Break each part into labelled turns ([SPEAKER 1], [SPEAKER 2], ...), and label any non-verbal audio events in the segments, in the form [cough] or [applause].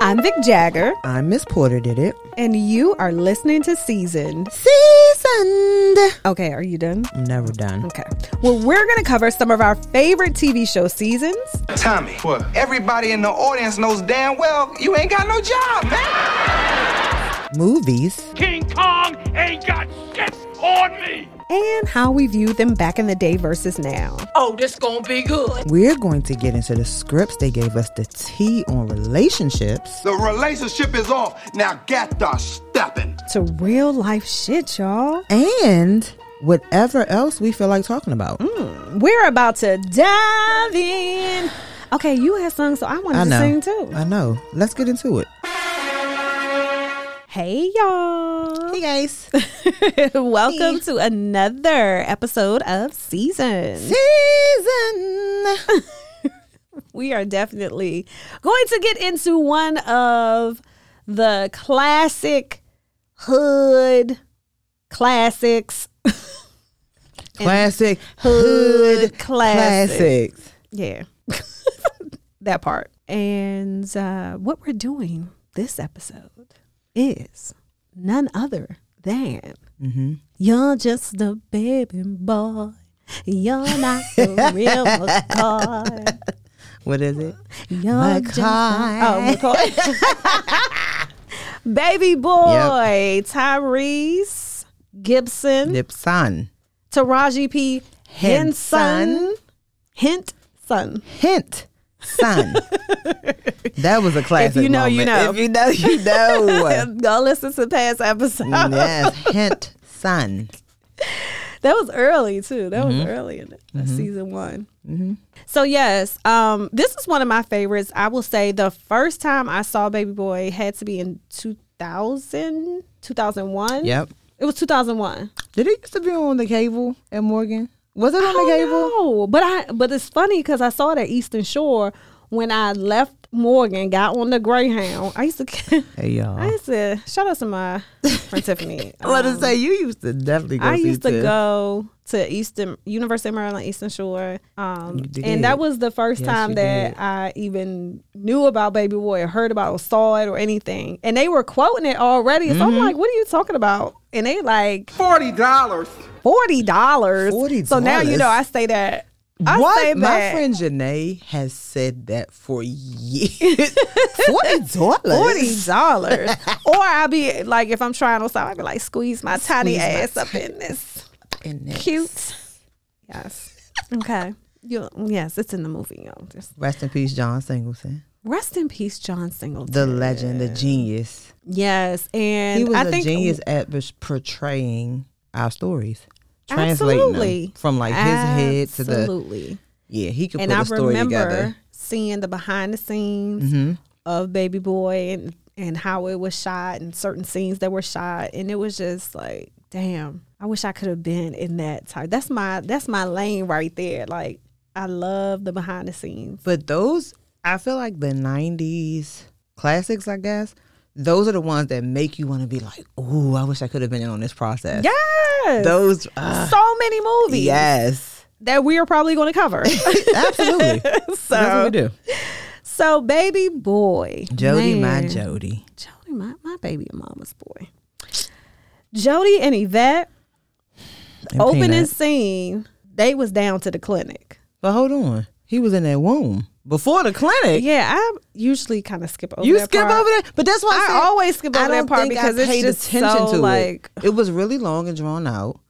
[SPEAKER 1] I'm Vic Jagger,
[SPEAKER 2] I'm Uh, Miss Porter. Did it
[SPEAKER 1] and you are listening to Seasoned.
[SPEAKER 2] seasoned?
[SPEAKER 1] Okay, are you done?
[SPEAKER 2] I'm never done.
[SPEAKER 1] Okay. Well, we're going to cover some of our favorite TV show seasons.
[SPEAKER 3] Tommy, everybody in the audience knows damn well you ain't got no job, man.
[SPEAKER 2] Movies.
[SPEAKER 4] King Kong ain't got shit on me.
[SPEAKER 1] And how we view them back in the day versus now.
[SPEAKER 5] Oh, this gonna be good.
[SPEAKER 2] We're going to get into the scripts they gave us the tea on relationships.
[SPEAKER 3] The relationship is off. Now get the stepping.
[SPEAKER 1] To real life shit, y'all.
[SPEAKER 2] And whatever else we feel like talking about.
[SPEAKER 1] Mm, We're about to dive in. Okay, you had sung, so I wanted
[SPEAKER 2] I
[SPEAKER 1] to
[SPEAKER 2] know.
[SPEAKER 1] sing too.
[SPEAKER 2] I know. Let's get into it.
[SPEAKER 1] Hey, y'all.
[SPEAKER 2] guys.
[SPEAKER 1] [laughs] Welcome to another episode of Seasons.
[SPEAKER 2] Season.
[SPEAKER 1] we are definitely going to get into one of the classic hood classics.
[SPEAKER 2] Classic
[SPEAKER 1] Hood
[SPEAKER 2] hood
[SPEAKER 1] classics.
[SPEAKER 2] classics.
[SPEAKER 1] Yeah, [laughs] that part. And uh, what we're doing this episode is none other than you're just a baby boy. You're not the real McCoy.
[SPEAKER 2] What is it?
[SPEAKER 1] You're just a-
[SPEAKER 2] McCoy.
[SPEAKER 1] oh, McCoy. [laughs] Baby boy, Tyrese Gibson,
[SPEAKER 2] Nipson.
[SPEAKER 1] Taraji P. Henson.
[SPEAKER 2] Henson.
[SPEAKER 1] Hint son.
[SPEAKER 2] Hint.
[SPEAKER 1] [laughs]
[SPEAKER 2] Son. that was a classic.
[SPEAKER 1] you know, you
[SPEAKER 2] moment.
[SPEAKER 1] know.
[SPEAKER 2] If you know,
[SPEAKER 1] [laughs]
[SPEAKER 2] you know.
[SPEAKER 1] Go listen to past episodes.
[SPEAKER 2] Mm-hmm. yes. Hint. Son.
[SPEAKER 1] [laughs] That was early too. That
[SPEAKER 2] Mm-hmm.
[SPEAKER 1] was early in the- season one. So yes, um, this is one of my favorites. I will say the first time I saw Baby Boy had to be in 2000, 2001.
[SPEAKER 2] Yep.
[SPEAKER 1] It was 2001.
[SPEAKER 2] Did it used to be on the cable at Morgan? Was it on the
[SPEAKER 1] I don't
[SPEAKER 2] cable?
[SPEAKER 1] know. But I but it's funny because I saw it at Eastern Shore when I left Morgan, got on the Greyhound. I used to [laughs]
[SPEAKER 2] Hey
[SPEAKER 1] I
[SPEAKER 2] y'all.
[SPEAKER 1] used to shout out to my friend
[SPEAKER 2] [laughs]
[SPEAKER 1] Tiffany.
[SPEAKER 2] I was
[SPEAKER 1] Um,
[SPEAKER 2] to say you used to definitely go.
[SPEAKER 1] I
[SPEAKER 2] see
[SPEAKER 1] used to
[SPEAKER 2] Tiff.
[SPEAKER 1] go to Eastern University of Maryland, Eastern Shore, um,
[SPEAKER 2] You did.
[SPEAKER 1] and that was the first
[SPEAKER 2] Yes,
[SPEAKER 1] time
[SPEAKER 2] you
[SPEAKER 1] that
[SPEAKER 2] did.
[SPEAKER 1] I even knew about Baby Boy, or heard about, or saw it, or anything. And they were quoting it already, so
[SPEAKER 2] Mm-hmm.
[SPEAKER 1] I'm like, "What are you talking about?" And they like
[SPEAKER 3] Forty dollars.
[SPEAKER 1] forty dollars.
[SPEAKER 2] $40?
[SPEAKER 1] So now you know I say that. I say
[SPEAKER 2] What? My
[SPEAKER 1] that.
[SPEAKER 2] friend Janae has said that
[SPEAKER 1] [laughs]
[SPEAKER 2] for years. Forty dollars.
[SPEAKER 1] Forty [laughs] dollars, or I'll be like, if I'm trying on something, I'll be like, squeeze my tiny
[SPEAKER 2] Squeeze my
[SPEAKER 1] ass up in this.
[SPEAKER 2] In
[SPEAKER 1] [laughs]
[SPEAKER 2] it.
[SPEAKER 1] cute. Yes. Okay. You, yes, it's in the movie. Y'all. Just
[SPEAKER 2] Rest in peace, John Singleton,
[SPEAKER 1] rest in peace, John Singleton.
[SPEAKER 2] the legend, the genius.
[SPEAKER 1] Yes, and
[SPEAKER 2] he was
[SPEAKER 1] I
[SPEAKER 2] a
[SPEAKER 1] think
[SPEAKER 2] genius at pers- portraying our stories, translating
[SPEAKER 1] absolutely
[SPEAKER 2] them from like his head to the
[SPEAKER 1] absolutely.
[SPEAKER 2] yeah. He could
[SPEAKER 1] And
[SPEAKER 2] put
[SPEAKER 1] I
[SPEAKER 2] a story
[SPEAKER 1] remember
[SPEAKER 2] together. Mm-hmm.
[SPEAKER 1] seeing the behind the scenes of Baby Boy and and how it was shot and certain scenes that were shot, and it was just like, damn, I wish I could have been in that time. That's my that's my lane right there. Like I love the behind the scenes.
[SPEAKER 2] But those, I feel like the '90s classics, I guess. Those are the ones that make you want to be like, "Ooh, I wish I could have been in on this process."
[SPEAKER 1] Yes.
[SPEAKER 2] Those, uh,
[SPEAKER 1] so many movies
[SPEAKER 2] yes,
[SPEAKER 1] that we are probably going to cover.
[SPEAKER 2] [laughs] absolutely. That's what we
[SPEAKER 1] [laughs] so,
[SPEAKER 2] do.
[SPEAKER 1] so baby boy,
[SPEAKER 2] Jody, my
[SPEAKER 1] Man.
[SPEAKER 2] Jody.
[SPEAKER 1] Jody, my my baby mama's boy. Jody and Yvette
[SPEAKER 2] and
[SPEAKER 1] opening
[SPEAKER 2] Peanut.
[SPEAKER 1] scene. They was down to the clinic.
[SPEAKER 2] But hold on, he was in that womb before the clinic.
[SPEAKER 1] Yeah, I usually kind of skip over.
[SPEAKER 2] You
[SPEAKER 1] that
[SPEAKER 2] skip
[SPEAKER 1] part.
[SPEAKER 2] over that, but that's why
[SPEAKER 1] I
[SPEAKER 2] I, said
[SPEAKER 1] always skip
[SPEAKER 2] I
[SPEAKER 1] over that
[SPEAKER 2] don't
[SPEAKER 1] part
[SPEAKER 2] think
[SPEAKER 1] because
[SPEAKER 2] I
[SPEAKER 1] it's
[SPEAKER 2] paid
[SPEAKER 1] just
[SPEAKER 2] attention
[SPEAKER 1] so,
[SPEAKER 2] to
[SPEAKER 1] like-
[SPEAKER 2] it. It was really long and drawn out,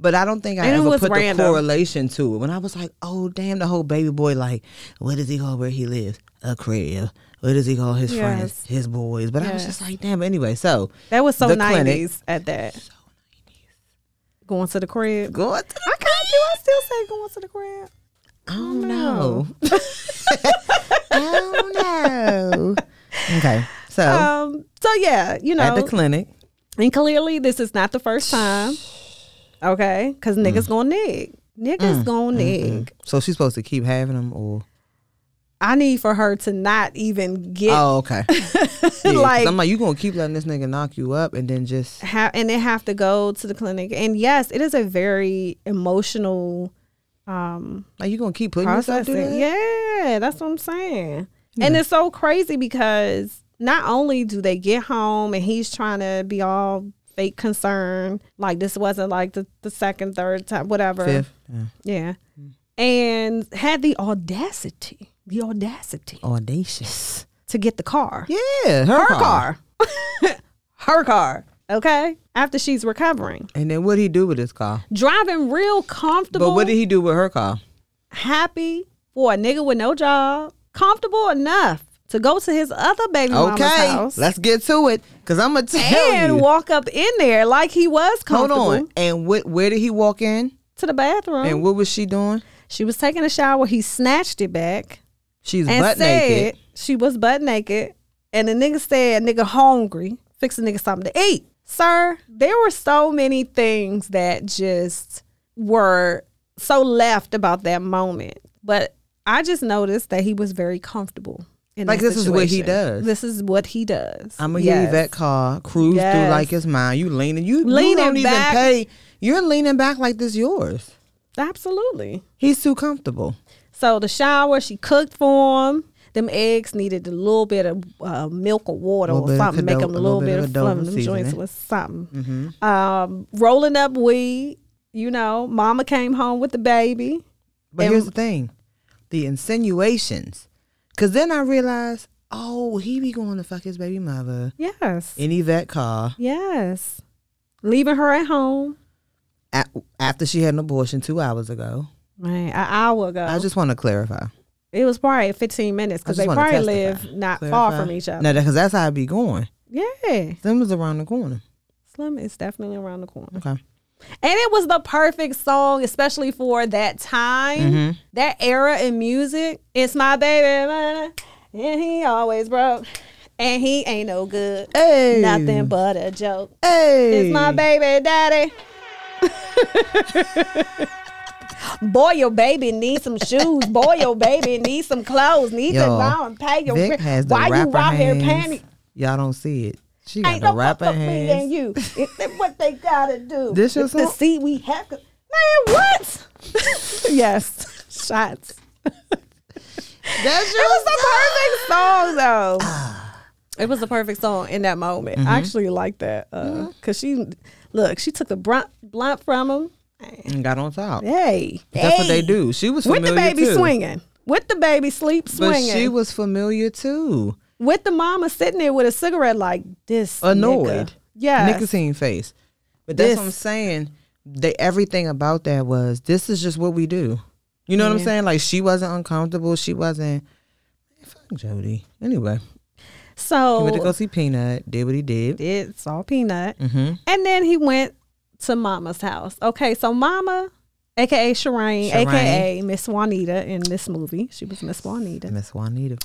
[SPEAKER 2] but I don't think I
[SPEAKER 1] And it
[SPEAKER 2] ever
[SPEAKER 1] was
[SPEAKER 2] put
[SPEAKER 1] random.
[SPEAKER 2] the correlation to it. When I was like, "Oh damn," the whole baby boy, like, what does he call where he lives? A crib. What does he call his
[SPEAKER 1] Yes.
[SPEAKER 2] friends? His boys. But I was
[SPEAKER 1] Yes.
[SPEAKER 2] just like, damn. Anyway, so
[SPEAKER 1] That was so
[SPEAKER 2] The clinic.
[SPEAKER 1] nineties at that. Going to the crib.
[SPEAKER 2] God,
[SPEAKER 1] I kind of do. I still say going to the crib.
[SPEAKER 2] I don't know. [laughs] I don't
[SPEAKER 1] [laughs]
[SPEAKER 2] know. Okay, so
[SPEAKER 1] Um. So yeah, you know,
[SPEAKER 2] at the clinic,
[SPEAKER 1] And clearly, this is not the first time. Okay, because
[SPEAKER 2] Mm.
[SPEAKER 1] niggas gonna nig. Niggas gonna nig.
[SPEAKER 2] so she's supposed to keep having them, or
[SPEAKER 1] I need for her to not even get [laughs]
[SPEAKER 2] oh, okay. Yeah, 'cause
[SPEAKER 1] like
[SPEAKER 2] I'm like, you gonna keep letting this nigga knock you up and then just
[SPEAKER 1] ha- and then have to go to the clinic. And yes, it is a very emotional
[SPEAKER 2] like you gonna keep putting yourself through
[SPEAKER 1] processing.
[SPEAKER 2] that?
[SPEAKER 1] Yeah, that's what I'm saying. And it's so crazy because Not only do they get home and he's trying to be all fake concern, like this wasn't like the, the second, third time, whatever.
[SPEAKER 2] Fifth. Mm-hmm. Yeah.
[SPEAKER 1] Yeah. And had the audacity, the audacity
[SPEAKER 2] Audacious.
[SPEAKER 1] to get the car.
[SPEAKER 2] Yeah. Her,
[SPEAKER 1] Her car. [laughs] Her car. Okay. After she's recovering.
[SPEAKER 2] And then what did he do with his car?
[SPEAKER 1] Driving real comfortable.
[SPEAKER 2] But what did he do with her car?
[SPEAKER 1] happy for a nigga with no job, comfortable enough to go to his other baby mama's
[SPEAKER 2] Okay,
[SPEAKER 1] house
[SPEAKER 2] let's get to it. Cause I'm gonna tell
[SPEAKER 1] and
[SPEAKER 2] you.
[SPEAKER 1] walk up in there like he was
[SPEAKER 2] Hold
[SPEAKER 1] comfortable Uh-huh.
[SPEAKER 2] on. And what? Where did he walk in?
[SPEAKER 1] to the bathroom.
[SPEAKER 2] And what was she doing?
[SPEAKER 1] she was taking a shower. He snatched it back
[SPEAKER 2] She's
[SPEAKER 1] and
[SPEAKER 2] butt
[SPEAKER 1] said
[SPEAKER 2] naked.
[SPEAKER 1] she was butt naked. And the nigga said, "Nigga hungry, fix a nigga something to eat." Sir, there were so many things that just were so left about that moment. But I just noticed that he was very comfortable. In
[SPEAKER 2] Like, this is what he
[SPEAKER 1] situation.
[SPEAKER 2] does.
[SPEAKER 1] This is what he does.
[SPEAKER 2] I'm gonna give
[SPEAKER 1] Yes.
[SPEAKER 2] you that car, cruise through
[SPEAKER 1] Yes.
[SPEAKER 2] like it's mine. You leaning, you, you
[SPEAKER 1] Leaning
[SPEAKER 2] don't even
[SPEAKER 1] back.
[SPEAKER 2] pay. You're leaning back like this yours.
[SPEAKER 1] Absolutely.
[SPEAKER 2] He's too comfortable.
[SPEAKER 1] So the shower, she cooked for him. Them eggs needed a little bit of uh, milk or water
[SPEAKER 2] Little
[SPEAKER 1] or
[SPEAKER 2] bit of
[SPEAKER 1] something, make
[SPEAKER 2] Cordova-
[SPEAKER 1] them a little, bit of
[SPEAKER 2] Cordova
[SPEAKER 1] fluff. Them
[SPEAKER 2] seasoning. Mm-hmm.
[SPEAKER 1] joints was something. Um, rolling up weed, you know. Mama came home with the baby.
[SPEAKER 2] But
[SPEAKER 1] And-
[SPEAKER 2] here's the thing, the insinuations. Cause then I realized, oh, he be going to fuck his baby mother
[SPEAKER 1] Yes,
[SPEAKER 2] in Yvette car
[SPEAKER 1] yes. Leaving her at home,
[SPEAKER 2] a after she had an abortion two hours ago.
[SPEAKER 1] man. An hour ago,
[SPEAKER 2] I just want to clarify.
[SPEAKER 1] it was probably fifteen minutes because
[SPEAKER 2] I
[SPEAKER 1] Oh. they
[SPEAKER 2] just wanna
[SPEAKER 1] probably
[SPEAKER 2] testify.
[SPEAKER 1] live not far
[SPEAKER 2] Clarify.
[SPEAKER 1] from each other.
[SPEAKER 2] No, because that's how it be going.
[SPEAKER 1] yeah,
[SPEAKER 2] Them was around the corner.
[SPEAKER 1] Slim is definitely around the corner.
[SPEAKER 2] Okay.
[SPEAKER 1] And it was the perfect song, especially for that time,
[SPEAKER 2] Mm-hmm.
[SPEAKER 1] that era in music. It's my baby, man, and he always broke, and he ain't no good.
[SPEAKER 2] Hey.
[SPEAKER 1] Nothing but a joke.
[SPEAKER 2] Hey.
[SPEAKER 1] It's my baby daddy. Boy, your baby needs some shoes. Boy, your baby needs some clothes. Needs to
[SPEAKER 2] Y'all,
[SPEAKER 1] go and pay your
[SPEAKER 2] Vic
[SPEAKER 1] rent.
[SPEAKER 2] has the
[SPEAKER 1] Why
[SPEAKER 2] rapper
[SPEAKER 1] you out
[SPEAKER 2] hands.
[SPEAKER 1] here panty?
[SPEAKER 2] Y'all don't see it. She got
[SPEAKER 1] Ain't
[SPEAKER 2] the
[SPEAKER 1] no fuck
[SPEAKER 2] rapper
[SPEAKER 1] up me and
[SPEAKER 2] hands.
[SPEAKER 1] you. It's that what they gotta [laughs] do.
[SPEAKER 2] This your
[SPEAKER 1] If the
[SPEAKER 2] song?
[SPEAKER 1] see we have to. Man, what? [laughs] yes, shots.
[SPEAKER 2] That's
[SPEAKER 1] It was the perfect song, [sighs] though. It was the perfect song in that moment. I actually like that because she, look, she took the brunt blunt from him.
[SPEAKER 2] and got on top.
[SPEAKER 1] Hey,
[SPEAKER 2] That's what
[SPEAKER 1] hey.
[SPEAKER 2] they do. She was
[SPEAKER 1] With
[SPEAKER 2] familiar
[SPEAKER 1] the baby
[SPEAKER 2] too.
[SPEAKER 1] swinging, with the baby sleep
[SPEAKER 2] But
[SPEAKER 1] swinging,
[SPEAKER 2] she was familiar too.
[SPEAKER 1] with the mama sitting there with a cigarette like this,
[SPEAKER 2] Annoyed.
[SPEAKER 1] yeah,
[SPEAKER 2] Nicotine face. But that's what I'm
[SPEAKER 1] This-
[SPEAKER 2] saying. They everything about that was this is just what we do. You know what I'm saying? Like she wasn't uncomfortable. She wasn't fuck Jody. Anyway. He
[SPEAKER 1] So
[SPEAKER 2] went to go see Peanut, did what he did.
[SPEAKER 1] did saw Peanut,
[SPEAKER 2] Mm-hmm.
[SPEAKER 1] and then he went to Mama's house. Okay, so Mama, aka Shireen,
[SPEAKER 2] Shireen.
[SPEAKER 1] aka Miss Juanita in this movie, she was Miss Juanita.
[SPEAKER 2] Miss Juanita.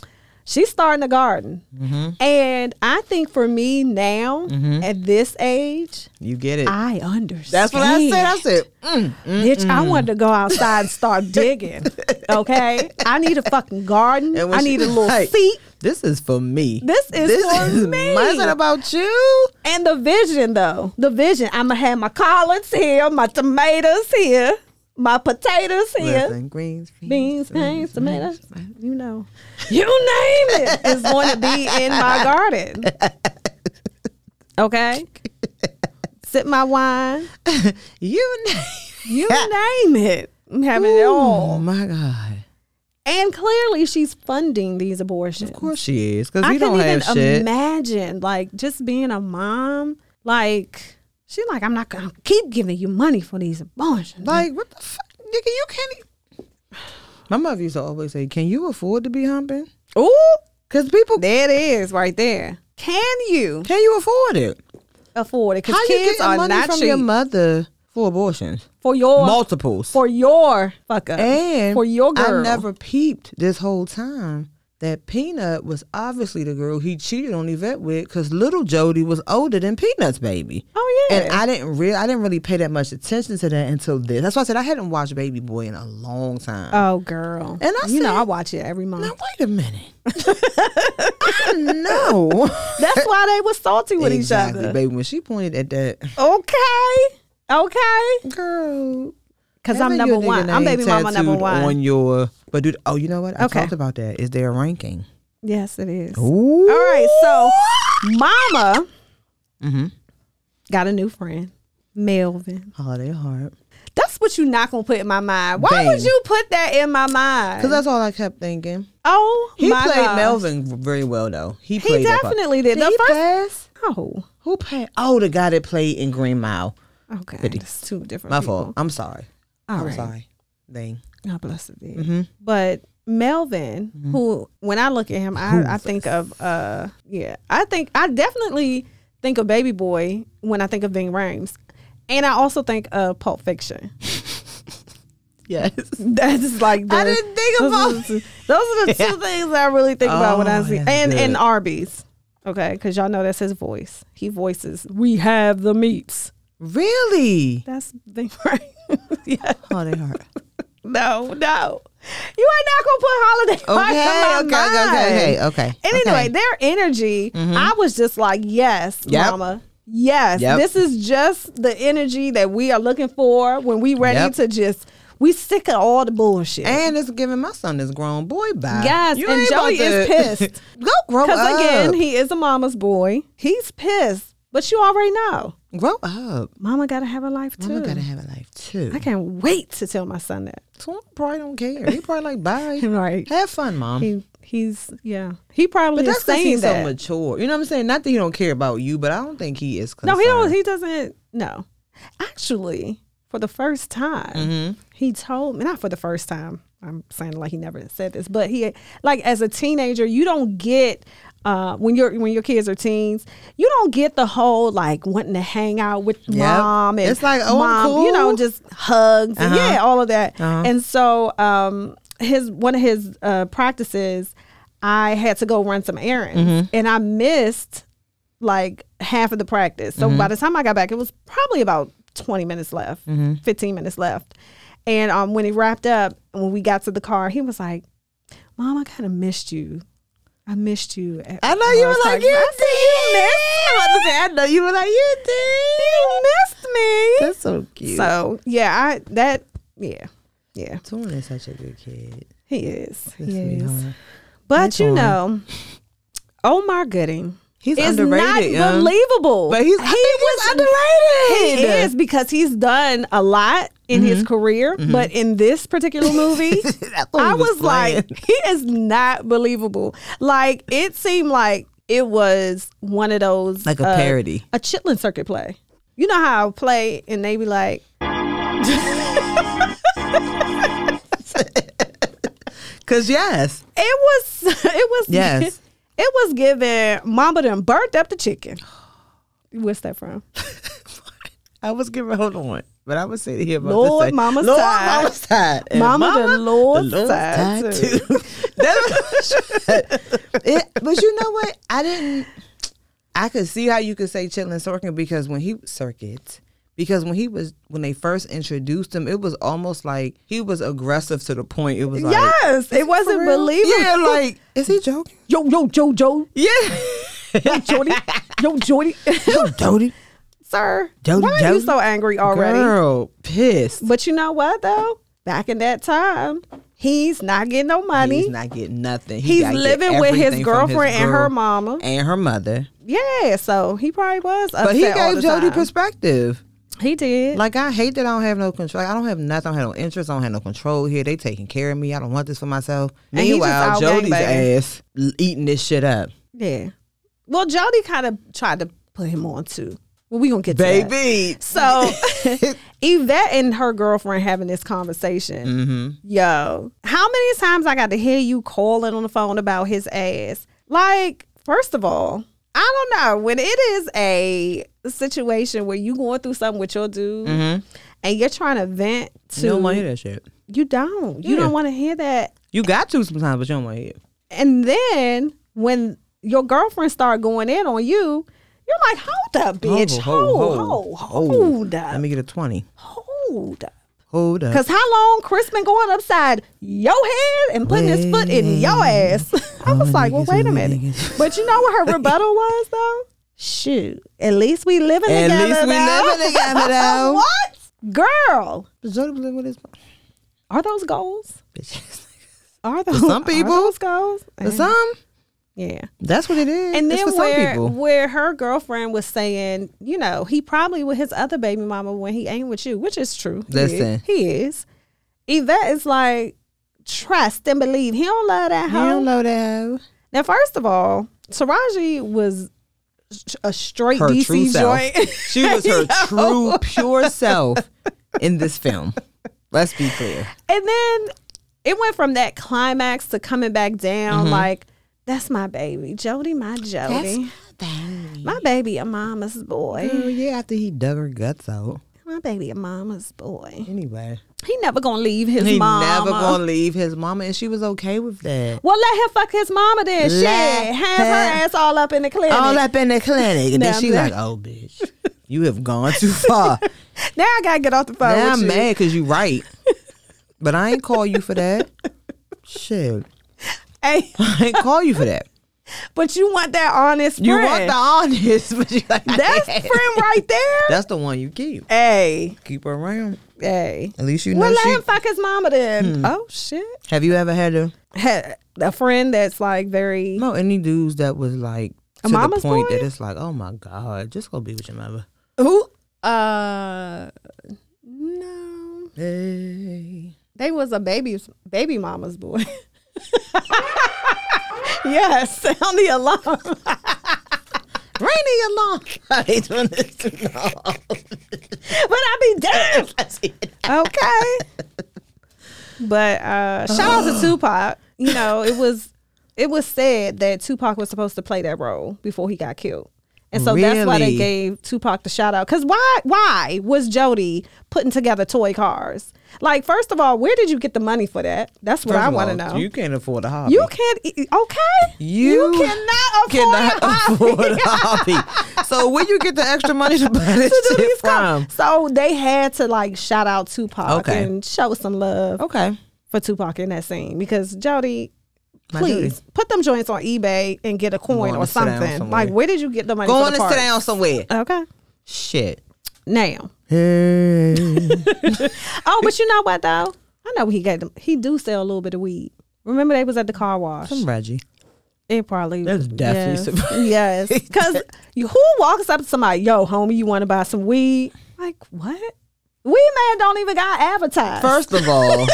[SPEAKER 1] She's starting a garden,
[SPEAKER 2] Mm-hmm.
[SPEAKER 1] and I think for me now at this age,
[SPEAKER 2] You get it.
[SPEAKER 1] I understand.
[SPEAKER 2] Mm-hmm. That's what I said. I said, mm,
[SPEAKER 1] Bitch, I wanted to go outside and start
[SPEAKER 2] [laughs]
[SPEAKER 1] digging. Okay, I need a fucking garden.
[SPEAKER 2] And
[SPEAKER 1] I
[SPEAKER 2] when she [laughs]
[SPEAKER 1] need a
[SPEAKER 2] was
[SPEAKER 1] little
[SPEAKER 2] like-
[SPEAKER 1] seat.
[SPEAKER 2] This is for me.
[SPEAKER 1] This is for me.
[SPEAKER 2] Mine's not about you.
[SPEAKER 1] And the vision, though, the vision. I'm gonna have my collards here, my tomatoes here, my potatoes here,
[SPEAKER 2] Listen, greens,
[SPEAKER 1] beans, beans, tomatoes. You know, you name it is going to be in my garden. Okay, sip my wine.
[SPEAKER 2] You name. [laughs]
[SPEAKER 1] You name it. I'm having it
[SPEAKER 2] Oh
[SPEAKER 1] all.
[SPEAKER 2] my god.
[SPEAKER 1] And clearly, she's funding these abortions.
[SPEAKER 2] Of course she is, because
[SPEAKER 1] I
[SPEAKER 2] we
[SPEAKER 1] couldn't
[SPEAKER 2] don't
[SPEAKER 1] even
[SPEAKER 2] have shit.
[SPEAKER 1] imagine like just being a mom. Like she's like, I'm not gonna keep giving you money for these abortions.
[SPEAKER 2] like what the fuck, nigga? You can't. e- My mother used to always say, "Can you afford to be humping?"
[SPEAKER 1] ooh,
[SPEAKER 2] Because people,
[SPEAKER 1] there it is right there. Can you
[SPEAKER 2] can you afford it?
[SPEAKER 1] afford it?
[SPEAKER 2] How
[SPEAKER 1] Because
[SPEAKER 2] you
[SPEAKER 1] kids
[SPEAKER 2] getting
[SPEAKER 1] are
[SPEAKER 2] money
[SPEAKER 1] not
[SPEAKER 2] from
[SPEAKER 1] cheap
[SPEAKER 2] your mother for abortions,
[SPEAKER 1] for your
[SPEAKER 2] multiples,
[SPEAKER 1] for your fuck up
[SPEAKER 2] and
[SPEAKER 1] for your girl.
[SPEAKER 2] I never peeped this whole time that Peanut was obviously the girl he cheated on Yvette with, because little Jody was older than Peanut's baby.
[SPEAKER 1] Oh yeah,
[SPEAKER 2] And I didn't real I didn't really pay that much attention to that until this. That's why I said I hadn't watched Baby Boy in a long time.
[SPEAKER 1] oh girl.
[SPEAKER 2] And I
[SPEAKER 1] you know
[SPEAKER 2] said-
[SPEAKER 1] I watch it every month.
[SPEAKER 2] now wait a [laughs] minute. I [laughs] know.
[SPEAKER 1] [laughs] That's why they was salty with
[SPEAKER 2] exactly,
[SPEAKER 1] each other.
[SPEAKER 2] baby. When she pointed at that
[SPEAKER 1] Okay, okay.
[SPEAKER 2] girl,
[SPEAKER 1] Because
[SPEAKER 2] that
[SPEAKER 1] I'm
[SPEAKER 2] your
[SPEAKER 1] number
[SPEAKER 2] nigga
[SPEAKER 1] one. I'm
[SPEAKER 2] name
[SPEAKER 1] baby mama number
[SPEAKER 2] tattooed
[SPEAKER 1] one.
[SPEAKER 2] on your. But dude, oh, you know what? I
[SPEAKER 1] Okay.
[SPEAKER 2] talked about that. Is there a ranking?
[SPEAKER 1] Yes, it is.
[SPEAKER 2] Ooh.
[SPEAKER 1] All right, so Mama
[SPEAKER 2] Mhm.
[SPEAKER 1] got a new friend, Melvin.
[SPEAKER 2] Holiday Heart.
[SPEAKER 1] That's what you not gonna put in my mind. Why
[SPEAKER 2] Bang.
[SPEAKER 1] would you put that in my mind?
[SPEAKER 2] Because that's all I kept thinking.
[SPEAKER 1] oh,
[SPEAKER 2] He
[SPEAKER 1] my
[SPEAKER 2] played
[SPEAKER 1] gosh.
[SPEAKER 2] Melvin very well, though. He
[SPEAKER 1] He
[SPEAKER 2] played that part.
[SPEAKER 1] definitely did.
[SPEAKER 2] Did
[SPEAKER 1] the
[SPEAKER 2] he
[SPEAKER 1] first.
[SPEAKER 2] pass?
[SPEAKER 1] Oh,
[SPEAKER 2] Who passed? Oh, the guy that played in Green Mile.
[SPEAKER 1] okay. It's two different.
[SPEAKER 2] My
[SPEAKER 1] people.
[SPEAKER 2] fault. I'm sorry.
[SPEAKER 1] All
[SPEAKER 2] I'm
[SPEAKER 1] right.
[SPEAKER 2] sorry. Mm-hmm. Thing.
[SPEAKER 1] God bless it. But Melvin,
[SPEAKER 2] Mm-hmm.
[SPEAKER 1] who when I look at him, I, I think of uh yeah, I think I definitely think of Baby Boy when I think of Ving Rhames, and I also think of Pulp Fiction.
[SPEAKER 2] Yes.
[SPEAKER 1] That's like the,
[SPEAKER 2] I didn't think of
[SPEAKER 1] those.
[SPEAKER 2] Pulp-
[SPEAKER 1] are the- Those are the two things I really think about when I
[SPEAKER 2] Oh,
[SPEAKER 1] see
[SPEAKER 2] that's
[SPEAKER 1] and and
[SPEAKER 2] good.
[SPEAKER 1] Arby's. Okay, because y'all know that's his voice. He voices, "We have the meats."
[SPEAKER 2] [laughs] Really?
[SPEAKER 1] That's [laughs] Ving Rhames. yeah.
[SPEAKER 2] Holiday Heart.
[SPEAKER 1] No, no. You are not gonna put holiday.
[SPEAKER 2] Okay, okay,
[SPEAKER 1] Heart in my
[SPEAKER 2] okay,
[SPEAKER 1] mind.
[SPEAKER 2] okay, okay, okay. Mm-hmm.
[SPEAKER 1] And anyway, their energy, I was just like, yes,
[SPEAKER 2] Yep.
[SPEAKER 1] mama. Yes.
[SPEAKER 2] Yep.
[SPEAKER 1] This is just the energy that we are looking for when we ready
[SPEAKER 2] Yep.
[SPEAKER 1] to just we sick of all the bullshit.
[SPEAKER 2] and it's giving my son this grown boy vibe.
[SPEAKER 1] Yes, and
[SPEAKER 2] ain't
[SPEAKER 1] Joey
[SPEAKER 2] about
[SPEAKER 1] is pissed.
[SPEAKER 2] [laughs] Go grow up.
[SPEAKER 1] Because again, he is a mama's boy. He's pissed, but you already know.
[SPEAKER 2] grow up.
[SPEAKER 1] Mama gotta have a life too.
[SPEAKER 2] Mama gotta have a life too.
[SPEAKER 1] Mm. I can't wait to tell my son that.
[SPEAKER 2] So I probably don't care. He probably like bye.
[SPEAKER 1] [laughs] Right.
[SPEAKER 2] Have fun, mom.
[SPEAKER 1] He he's yeah. He probably
[SPEAKER 2] but
[SPEAKER 1] is
[SPEAKER 2] that's because
[SPEAKER 1] saying
[SPEAKER 2] he's
[SPEAKER 1] that.
[SPEAKER 2] so mature. You know what I'm saying? Not that he don't care about you, but I don't think he is. Concerned.
[SPEAKER 1] No, he don't. He doesn't. No, actually, for the first time,
[SPEAKER 2] Mm-hmm.
[SPEAKER 1] he told me not for the first time. I'm saying like he never said this, but he like as a teenager, you don't get uh, when your when your kids are teens, you don't get the whole like wanting to hang out with
[SPEAKER 2] Yep.
[SPEAKER 1] mom and
[SPEAKER 2] It's like, oh, I'm
[SPEAKER 1] mom, you know,
[SPEAKER 2] cool.
[SPEAKER 1] just hugs and yeah, all of that.
[SPEAKER 2] Uh-huh.
[SPEAKER 1] And so um, his one of his uh, practices, I had to go run some errands,
[SPEAKER 2] Mm-hmm.
[SPEAKER 1] and I missed like half of the practice. So
[SPEAKER 2] Mm-hmm.
[SPEAKER 1] by the time I got back, it was probably about 20 minutes left,
[SPEAKER 2] Mm-hmm.
[SPEAKER 1] 15 minutes left. And um, when it wrapped up, when we got to the car, he was like, Mom, I kind of missed you. I missed you. at-
[SPEAKER 2] I know
[SPEAKER 1] when
[SPEAKER 2] you
[SPEAKER 1] was
[SPEAKER 2] were like,
[SPEAKER 1] talking
[SPEAKER 2] you
[SPEAKER 1] about-"
[SPEAKER 2] did. I said, I know you were like, you did.
[SPEAKER 1] You missed
[SPEAKER 2] That's so
[SPEAKER 1] me.
[SPEAKER 2] cute.
[SPEAKER 1] So yeah, I that yeah. Yeah,
[SPEAKER 2] Torn is such a good kid.
[SPEAKER 1] he is.
[SPEAKER 2] This
[SPEAKER 1] He is.
[SPEAKER 2] sweetheart.
[SPEAKER 1] But you
[SPEAKER 2] Torn.
[SPEAKER 1] know, Omar Gooding
[SPEAKER 2] He's
[SPEAKER 1] is not
[SPEAKER 2] underrated. yeah.
[SPEAKER 1] believable.
[SPEAKER 2] But he's, I
[SPEAKER 1] he
[SPEAKER 2] think
[SPEAKER 1] was
[SPEAKER 2] he's underrated.
[SPEAKER 1] He is because he's done a lot in his career, but in this particular
[SPEAKER 2] [laughs]
[SPEAKER 1] movie,
[SPEAKER 2] That's what Mm-hmm. he
[SPEAKER 1] I was
[SPEAKER 2] playing.
[SPEAKER 1] like, he is not believable. Like it seemed like it was one of those
[SPEAKER 2] Like a
[SPEAKER 1] uh,
[SPEAKER 2] parody.
[SPEAKER 1] a chitlin circuit play. You know how I play and they be like,
[SPEAKER 2] Cause yes,
[SPEAKER 1] it was, [laughs] it was,
[SPEAKER 2] Yes.
[SPEAKER 1] it was given Mama done burnt up the chicken. What's that from?
[SPEAKER 2] I was giving hold on, but I was sitting here about
[SPEAKER 1] Lord
[SPEAKER 2] to say,
[SPEAKER 1] Mama's
[SPEAKER 2] Lord
[SPEAKER 1] side.
[SPEAKER 2] Mama's side, and
[SPEAKER 1] Mama the Lord's side,
[SPEAKER 2] side, too. [laughs] That was- [laughs] It- but you know what? I didn't. I could see how you could say Chitlin Circuit because when he circuit because when he was when they first introduced him, it was almost like he was aggressive to the point. It was like
[SPEAKER 1] yes, it wasn't believable.
[SPEAKER 2] yeah, like is he joking?
[SPEAKER 1] yo, yo, yo, yo,
[SPEAKER 2] [laughs] Yeah,
[SPEAKER 1] [laughs] Jody, yo, Jody,
[SPEAKER 2] Jody,
[SPEAKER 1] [laughs] sir,
[SPEAKER 2] Jody,
[SPEAKER 1] why are you
[SPEAKER 2] Jody.
[SPEAKER 1] so angry already?
[SPEAKER 2] girl, pissed.
[SPEAKER 1] But you know what though? Back in that time, he's not getting no money.
[SPEAKER 2] He's not getting nothing.
[SPEAKER 1] He's
[SPEAKER 2] gotta get
[SPEAKER 1] living with his
[SPEAKER 2] everything from
[SPEAKER 1] girlfriend and her
[SPEAKER 2] girl
[SPEAKER 1] mama.
[SPEAKER 2] and her mother.
[SPEAKER 1] yeah, so he probably was. Upset
[SPEAKER 2] But he
[SPEAKER 1] all
[SPEAKER 2] gave
[SPEAKER 1] the
[SPEAKER 2] Jody
[SPEAKER 1] time.
[SPEAKER 2] perspective.
[SPEAKER 1] He did.
[SPEAKER 2] Like I hate that I don't have no control. I don't have nothing. I don't have no interest. I don't have no control here. They taking care of me. I don't want this for myself.
[SPEAKER 1] And he just
[SPEAKER 2] Meanwhile,
[SPEAKER 1] out
[SPEAKER 2] Jody's
[SPEAKER 1] gangbanging.
[SPEAKER 2] ass l- eating this shit up.
[SPEAKER 1] yeah. Well, Jody kind of tried to put him on too. Well, we gonna get to that.
[SPEAKER 2] Baby,
[SPEAKER 1] So [laughs] Yvette and her girlfriend having this conversation.
[SPEAKER 2] Mm-hmm.
[SPEAKER 1] Yo, how many times I got to hear you calling on the phone about his ass? Like, first of all, I don't know. When it is a situation where you going through something with your dude and you're trying to vent to
[SPEAKER 2] Mm-hmm. you don't want to hear that shit.
[SPEAKER 1] you don't. You
[SPEAKER 2] Yeah.
[SPEAKER 1] don't want to hear that.
[SPEAKER 2] You got to sometimes, but you don't want to hear. it.
[SPEAKER 1] And then when your girlfriend start going in on you, you're like, hold up, bitch.
[SPEAKER 2] Ho,
[SPEAKER 1] Hold,
[SPEAKER 2] ho,
[SPEAKER 1] hold,
[SPEAKER 2] ho,
[SPEAKER 1] hold,
[SPEAKER 2] ho.
[SPEAKER 1] up.
[SPEAKER 2] Let me get a twenty.
[SPEAKER 1] hold up.
[SPEAKER 2] Hold up.
[SPEAKER 1] Cause how long Chris been going upside your head and putting his foot in your ass? [laughs] I was like, well,
[SPEAKER 2] niggas,
[SPEAKER 1] wait a
[SPEAKER 2] oh,
[SPEAKER 1] minute.
[SPEAKER 2] niggas.
[SPEAKER 1] But you know what her rebuttal was though? Shoot, at least we living
[SPEAKER 2] At
[SPEAKER 1] together.
[SPEAKER 2] least we
[SPEAKER 1] though. [laughs]
[SPEAKER 2] living together, though.
[SPEAKER 1] what, girl?
[SPEAKER 2] Jody was living with his
[SPEAKER 1] Are those goals?
[SPEAKER 2] bitch. ass nigga.
[SPEAKER 1] Are those
[SPEAKER 2] some
[SPEAKER 1] are [laughs]
[SPEAKER 2] people.
[SPEAKER 1] those goals?
[SPEAKER 2] But some,
[SPEAKER 1] Yeah.
[SPEAKER 2] That's what it is.
[SPEAKER 1] And
[SPEAKER 2] [laughs] It's
[SPEAKER 1] then
[SPEAKER 2] for some
[SPEAKER 1] where
[SPEAKER 2] people.
[SPEAKER 1] where her girlfriend was saying, you know, he probably with his other baby mama when he ain't with you, which is true. He is-
[SPEAKER 2] Listen.
[SPEAKER 1] he is. Yvette is like, trust and believe. He don't love that
[SPEAKER 2] You
[SPEAKER 1] hoe.
[SPEAKER 2] don't know that.
[SPEAKER 1] now, first of all, Taraji was sh- a straight
[SPEAKER 2] Her true
[SPEAKER 1] DC
[SPEAKER 2] self.
[SPEAKER 1] joint. [laughs]
[SPEAKER 2] She was her [laughs] true, pure self in this film. Let's be clear.
[SPEAKER 1] And then it went from that climax to coming back down
[SPEAKER 2] Mm-hmm.
[SPEAKER 1] like that's my baby, Jody, my Jody, my baby, Mm. a mama's boy,
[SPEAKER 2] Oh, yeah, after he dug her guts out.
[SPEAKER 1] my baby, a mama's boy.
[SPEAKER 2] Anyway.
[SPEAKER 1] He never gonna leave his
[SPEAKER 2] He
[SPEAKER 1] mama.
[SPEAKER 2] never gonna leave his mama, and she was okay with that.
[SPEAKER 1] well, let him fuck his mama then.
[SPEAKER 2] Let
[SPEAKER 1] Shit, have her
[SPEAKER 2] her-
[SPEAKER 1] ass all up in the clinic.
[SPEAKER 2] All up in the clinic. And
[SPEAKER 1] Now
[SPEAKER 2] then she
[SPEAKER 1] I'm
[SPEAKER 2] like, oh, bitch, you have gone
[SPEAKER 1] [laughs]
[SPEAKER 2] too far.
[SPEAKER 1] now I gotta get off the phone.
[SPEAKER 2] now
[SPEAKER 1] with
[SPEAKER 2] I'm
[SPEAKER 1] you.
[SPEAKER 2] mad because you right. But I ain't call you for that. Shit.
[SPEAKER 1] Hey,
[SPEAKER 2] I ain't call you for that.
[SPEAKER 1] but you want that honest
[SPEAKER 2] You want
[SPEAKER 1] friend?
[SPEAKER 2] the honest, [laughs] but you like,
[SPEAKER 1] That's friend right there.
[SPEAKER 2] That's the one you keep.
[SPEAKER 1] hey,
[SPEAKER 2] Keep her around.
[SPEAKER 1] hey.
[SPEAKER 2] At least you know
[SPEAKER 1] Well, let
[SPEAKER 2] she. Hmm.
[SPEAKER 1] him fuck his mama then. Oh shit.
[SPEAKER 2] Have you ever had a
[SPEAKER 1] Had a friend that's like very
[SPEAKER 2] no any dudes that was like
[SPEAKER 1] A
[SPEAKER 2] to the
[SPEAKER 1] mama's
[SPEAKER 2] point
[SPEAKER 1] boy?
[SPEAKER 2] that it's like, oh my god, just go be with your mother.
[SPEAKER 1] who uh no
[SPEAKER 2] Hey. [laughs]
[SPEAKER 1] they was a baby's baby mama's boy [laughs] yes sound the alarm [laughs]
[SPEAKER 2] Rainy along. I ain't doing this. [laughs] No.
[SPEAKER 1] but I be damned. Okay. But uh shout [sighs] out to Tupac. You know, it was it was said that Tupac was supposed to play that role before he got killed. And so that's why they
[SPEAKER 2] Really?
[SPEAKER 1] gave Tupac the shout out. Cause why why was Jody putting together toy cars? Like, first of all, where did you get the money for that? That's what
[SPEAKER 2] First
[SPEAKER 1] I
[SPEAKER 2] of
[SPEAKER 1] want to
[SPEAKER 2] all,
[SPEAKER 1] know.
[SPEAKER 2] You
[SPEAKER 1] You,
[SPEAKER 2] can't afford a hobby.
[SPEAKER 1] can't e- e- okay.
[SPEAKER 2] You
[SPEAKER 1] cannot afford
[SPEAKER 2] [laughs] cannot
[SPEAKER 1] a hobby.
[SPEAKER 2] afford a hobby. so where you get the extra money to buy this
[SPEAKER 1] [laughs] to do
[SPEAKER 2] shit
[SPEAKER 1] these com-
[SPEAKER 2] from?
[SPEAKER 1] So they had to like shout out Tupac
[SPEAKER 2] Okay.
[SPEAKER 1] and show some love
[SPEAKER 2] Okay.
[SPEAKER 1] for Tupac in that scene because Jody,
[SPEAKER 2] My dude.
[SPEAKER 1] please put them joints on eBay and get a coin
[SPEAKER 2] on
[SPEAKER 1] or
[SPEAKER 2] and sit down
[SPEAKER 1] something.
[SPEAKER 2] somewhere.
[SPEAKER 1] Like, where did you get the money?
[SPEAKER 2] Go
[SPEAKER 1] for
[SPEAKER 2] on
[SPEAKER 1] the
[SPEAKER 2] and sit
[SPEAKER 1] parts?
[SPEAKER 2] down somewhere.
[SPEAKER 1] Okay.
[SPEAKER 2] Shit.
[SPEAKER 1] Now,
[SPEAKER 2] Hey.
[SPEAKER 1] oh, but you know what though? I know he got them. He do sell a little bit of weed. Remember they was at the car wash.
[SPEAKER 2] Reggie.
[SPEAKER 1] It probably
[SPEAKER 2] That's definitely some-
[SPEAKER 1] yes. [laughs]
[SPEAKER 2] [laughs]
[SPEAKER 1] yes, because you who walks up to somebody, yo, homie, you want to buy some weed? Like what? Weed man don't even got advertised. [laughs]
[SPEAKER 2] First of all,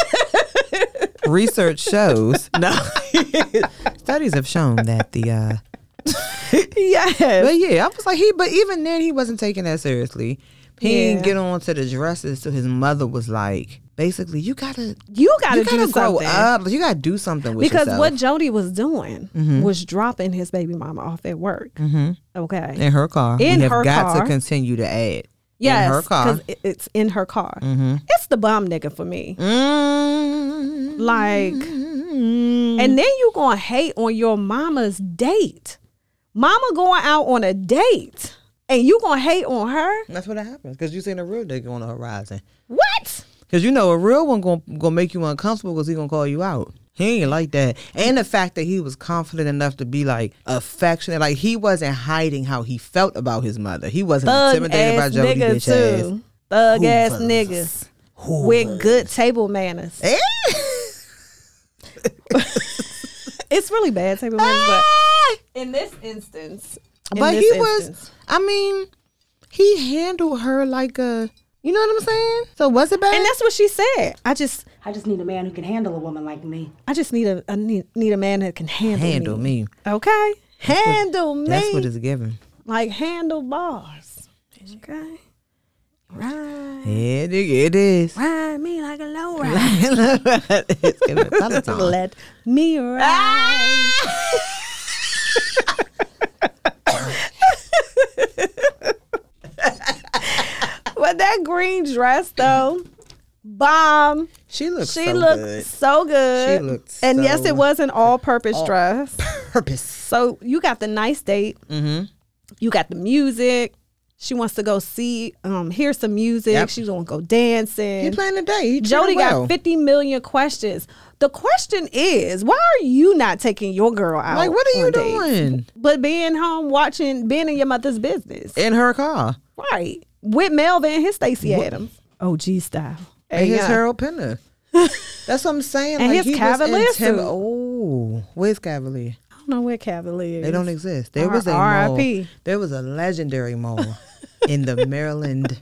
[SPEAKER 2] research shows no [laughs] studies have shown that the uh
[SPEAKER 1] yes,
[SPEAKER 2] but yeah, I was like he but even then he wasn't taking that seriously. He
[SPEAKER 1] Yeah.
[SPEAKER 2] didn't get on to the dresses till his mother was like, basically you gotta
[SPEAKER 1] you got to
[SPEAKER 2] you gotta
[SPEAKER 1] do
[SPEAKER 2] grow
[SPEAKER 1] something.
[SPEAKER 2] up. You gotta do something with
[SPEAKER 1] because
[SPEAKER 2] yourself.
[SPEAKER 1] what
[SPEAKER 2] Mm-hmm.
[SPEAKER 1] Jody was doing was dropping his baby mama off at work. Okay.
[SPEAKER 2] in her car.
[SPEAKER 1] In
[SPEAKER 2] we have
[SPEAKER 1] her
[SPEAKER 2] got
[SPEAKER 1] car.
[SPEAKER 2] to continue to add.
[SPEAKER 1] yes.
[SPEAKER 2] In her car. Mm-hmm.
[SPEAKER 1] 'cause it- it's in her car. It's the bomb nigga for me.
[SPEAKER 2] Mm.
[SPEAKER 1] Like, and then you gonna hate on your mama's date. Mama going out on a date, and you gonna hate on her?
[SPEAKER 2] That's what happens. Cause you seen a real nigga on the horizon.
[SPEAKER 1] What?
[SPEAKER 2] Cause you know a real one gonna gonna make you uncomfortable because he gonna call you out. He ain't like that. And the fact that he was confident enough to be like affectionate, like he wasn't hiding how he felt about his mother. He wasn't
[SPEAKER 1] Thug
[SPEAKER 2] intimidated by
[SPEAKER 1] ass
[SPEAKER 2] Jody
[SPEAKER 1] nigga
[SPEAKER 2] bitch ass.
[SPEAKER 1] too. Thug ass
[SPEAKER 2] Hoovers.
[SPEAKER 1] niggas with good table manners.
[SPEAKER 2] Eh?
[SPEAKER 1] It's really bad table manners, but
[SPEAKER 2] [laughs]
[SPEAKER 1] in this instance, in
[SPEAKER 2] Ah! but
[SPEAKER 1] this
[SPEAKER 2] he was.
[SPEAKER 1] instance.
[SPEAKER 2] I mean, he handled her like a. You know what I'm saying? So was it bad?
[SPEAKER 1] and that's what she said. I just,
[SPEAKER 6] I just need a man who can handle a woman like me.
[SPEAKER 1] I just need a, I need, need a man that can handle,
[SPEAKER 2] handle
[SPEAKER 1] me.
[SPEAKER 2] me.
[SPEAKER 1] Okay, handle me.
[SPEAKER 2] That's what it's given.
[SPEAKER 1] like handle bars. Okay, ride,
[SPEAKER 2] Yeah, nigga, it is. [laughs]
[SPEAKER 1] ride me like a low ride.
[SPEAKER 2] it's
[SPEAKER 1] [laughs]
[SPEAKER 2] given Peloton.
[SPEAKER 1] Let me
[SPEAKER 2] [laughs]
[SPEAKER 1] ride. But that green dress though, bomb.
[SPEAKER 2] She looks.
[SPEAKER 1] She
[SPEAKER 2] so
[SPEAKER 1] looked
[SPEAKER 2] good.
[SPEAKER 1] so good.
[SPEAKER 2] She looked
[SPEAKER 1] and yes,
[SPEAKER 2] so
[SPEAKER 1] it was an all-purpose dress.
[SPEAKER 2] purpose.
[SPEAKER 1] So you got the nice date. Mm-hmm. You got the music. She wants to go see, um, hear some music.
[SPEAKER 2] Yep.
[SPEAKER 1] She's gonna go dancing.
[SPEAKER 2] He playing the day. He
[SPEAKER 1] Jody
[SPEAKER 2] treated well.
[SPEAKER 1] got 50 million questions. The question is, why are you not taking your girl out?
[SPEAKER 2] Like, what are you
[SPEAKER 1] on dates?
[SPEAKER 2] doing
[SPEAKER 1] But being home watching, being in your mother's business.
[SPEAKER 2] in her car?
[SPEAKER 1] right. With Melvin and his Stacey Adams. OG style.
[SPEAKER 2] And his
[SPEAKER 1] yeah. [laughs]
[SPEAKER 2] Harold Pinner. That's what I'm saying.
[SPEAKER 1] And
[SPEAKER 2] like
[SPEAKER 1] his
[SPEAKER 2] he
[SPEAKER 1] Cavalier
[SPEAKER 2] was intim-
[SPEAKER 1] suit.
[SPEAKER 2] Oh, where's Cavalier?
[SPEAKER 1] don't know where Cavalier
[SPEAKER 2] They
[SPEAKER 1] is.
[SPEAKER 2] don't e- exist. There
[SPEAKER 1] R-
[SPEAKER 2] was a
[SPEAKER 1] RIP.
[SPEAKER 2] mall. There was a legendary mall
[SPEAKER 1] [laughs]
[SPEAKER 2] in the Maryland,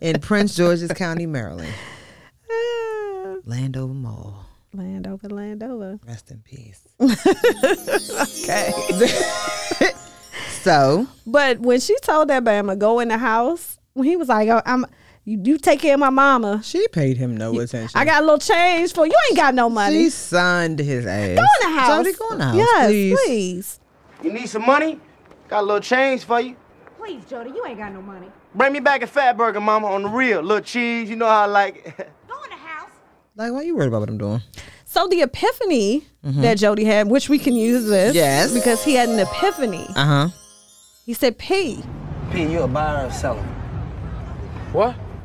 [SPEAKER 2] in Prince George's County, Maryland.
[SPEAKER 1] Ah,
[SPEAKER 2] Landover Mall.
[SPEAKER 1] Landover, Landover.
[SPEAKER 2] Rest in peace.
[SPEAKER 1] [laughs] Okay.
[SPEAKER 2] [laughs] So
[SPEAKER 1] But when she told that Bama go in the house, when he was like, oh, "I'm, you, you take care of my mama.
[SPEAKER 2] she paid him no attention.
[SPEAKER 1] I got a little change for you. Ain't got no money."
[SPEAKER 2] She sunned his ass.
[SPEAKER 1] go in the house.
[SPEAKER 2] Jody, go in the house,
[SPEAKER 1] Yes,
[SPEAKER 2] please.
[SPEAKER 1] please.
[SPEAKER 7] You need some money? Got a little change for you.
[SPEAKER 6] Please, Jody, you ain't got no money.
[SPEAKER 7] Bring me back a fat burger, mama, on the real. Little cheese, you know how I like it. [laughs]
[SPEAKER 6] Go in the house.
[SPEAKER 2] Like, why you worried about what I'm doing?
[SPEAKER 1] So the epiphany that Jody had, which we can use this,
[SPEAKER 2] Mm-hmm. Yes.
[SPEAKER 1] because he had an epiphany.
[SPEAKER 2] Uh huh.
[SPEAKER 1] He said, "P."
[SPEAKER 7] P, you a buyer or seller?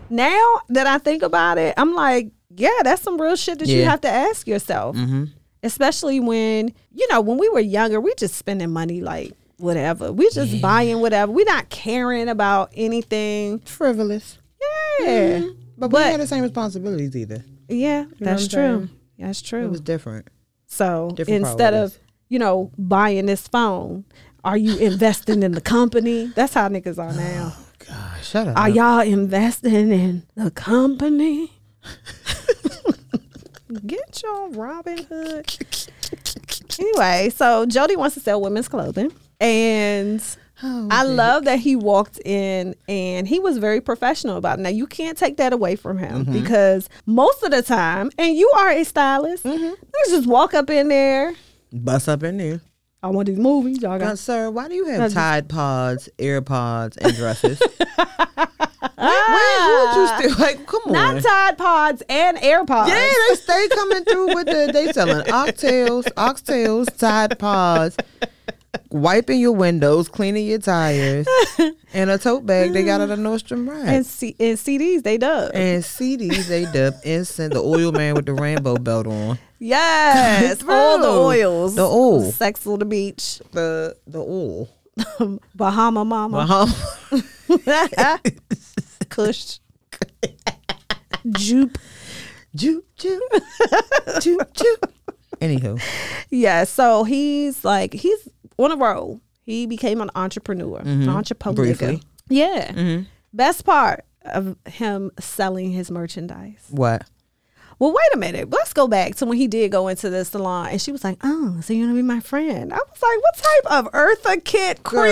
[SPEAKER 1] Now that I think about it, I'm like, yeah, that's some real shit that you
[SPEAKER 2] Yeah. Mm-hmm.
[SPEAKER 1] have to ask yourself, especially when you know when we were younger, we just spending money like whatever. We just buying whatever. We're not caring about anything.
[SPEAKER 2] Frivolous.
[SPEAKER 1] Yeah.
[SPEAKER 2] But, we
[SPEAKER 1] Mm-hmm. But-
[SPEAKER 2] didn't have the same responsibilities either.
[SPEAKER 1] Yeah, that's
[SPEAKER 2] I'm
[SPEAKER 1] true. That's true.
[SPEAKER 2] It was different.
[SPEAKER 1] so
[SPEAKER 2] different
[SPEAKER 1] instead
[SPEAKER 2] priorities.
[SPEAKER 1] of, you know, buying this phone, are you investing in the company? That's how niggas are
[SPEAKER 2] [sighs]
[SPEAKER 1] now.
[SPEAKER 2] Gosh, shut up.
[SPEAKER 1] Are y'all investing in the
[SPEAKER 2] [laughs]
[SPEAKER 1] company? Get your Robin Hood. Anyway, so Jody wants to sell women's clothing. And
[SPEAKER 2] Oh,
[SPEAKER 1] I love that he walked in and he was very professional about it. Now, you can't take that away from him
[SPEAKER 2] Mm-hmm.
[SPEAKER 1] because most of the time, and you are a stylist,
[SPEAKER 2] Mm-hmm.
[SPEAKER 1] you just walk up in there.
[SPEAKER 2] Bust up in there.
[SPEAKER 1] I want these movies. Y'all
[SPEAKER 2] Now,
[SPEAKER 1] got
[SPEAKER 2] sir, why do you have
[SPEAKER 1] That's-
[SPEAKER 2] Tide Pods, ear pods,
[SPEAKER 1] [laughs]
[SPEAKER 2] and dresses? Where- where would you still like? Come on.
[SPEAKER 1] Ah! not Tide Pods and AirPods.
[SPEAKER 2] yeah, they stay coming through with the they selling oxtails, oxtails, Tide Pods, wiping your windows, cleaning your tires, and a tote bag they got out of Nordstrom Rack.
[SPEAKER 1] And, C- and CDs, they dub.
[SPEAKER 2] and CDs they dub incense the oil man with the rainbow belt on. [laughs]
[SPEAKER 1] Yes, all the
[SPEAKER 2] Through.
[SPEAKER 1] oils.
[SPEAKER 2] Oh. The oil.
[SPEAKER 1] Sex on the beach. [laughs]
[SPEAKER 2] The the oil.
[SPEAKER 1] Bahama Mama.
[SPEAKER 2] Uh-huh. [laughs]
[SPEAKER 1] [laughs] Kush. Jupe.
[SPEAKER 2] Choo choo. Choo choo. Anywho.
[SPEAKER 1] Yeah, so he's like, he's on a roll. He became an entrepreneur. Entrepreneur.
[SPEAKER 2] Mm-hmm. Briefly. Mm-hmm.
[SPEAKER 1] Yeah. Best part of him selling his merchandise.
[SPEAKER 2] What?
[SPEAKER 1] Well, wait a minute. Let's go back to when he did go into the salon and she was like, Oh, so you're gonna be my friend. I was like, What type of Eartha Kit creep? Like,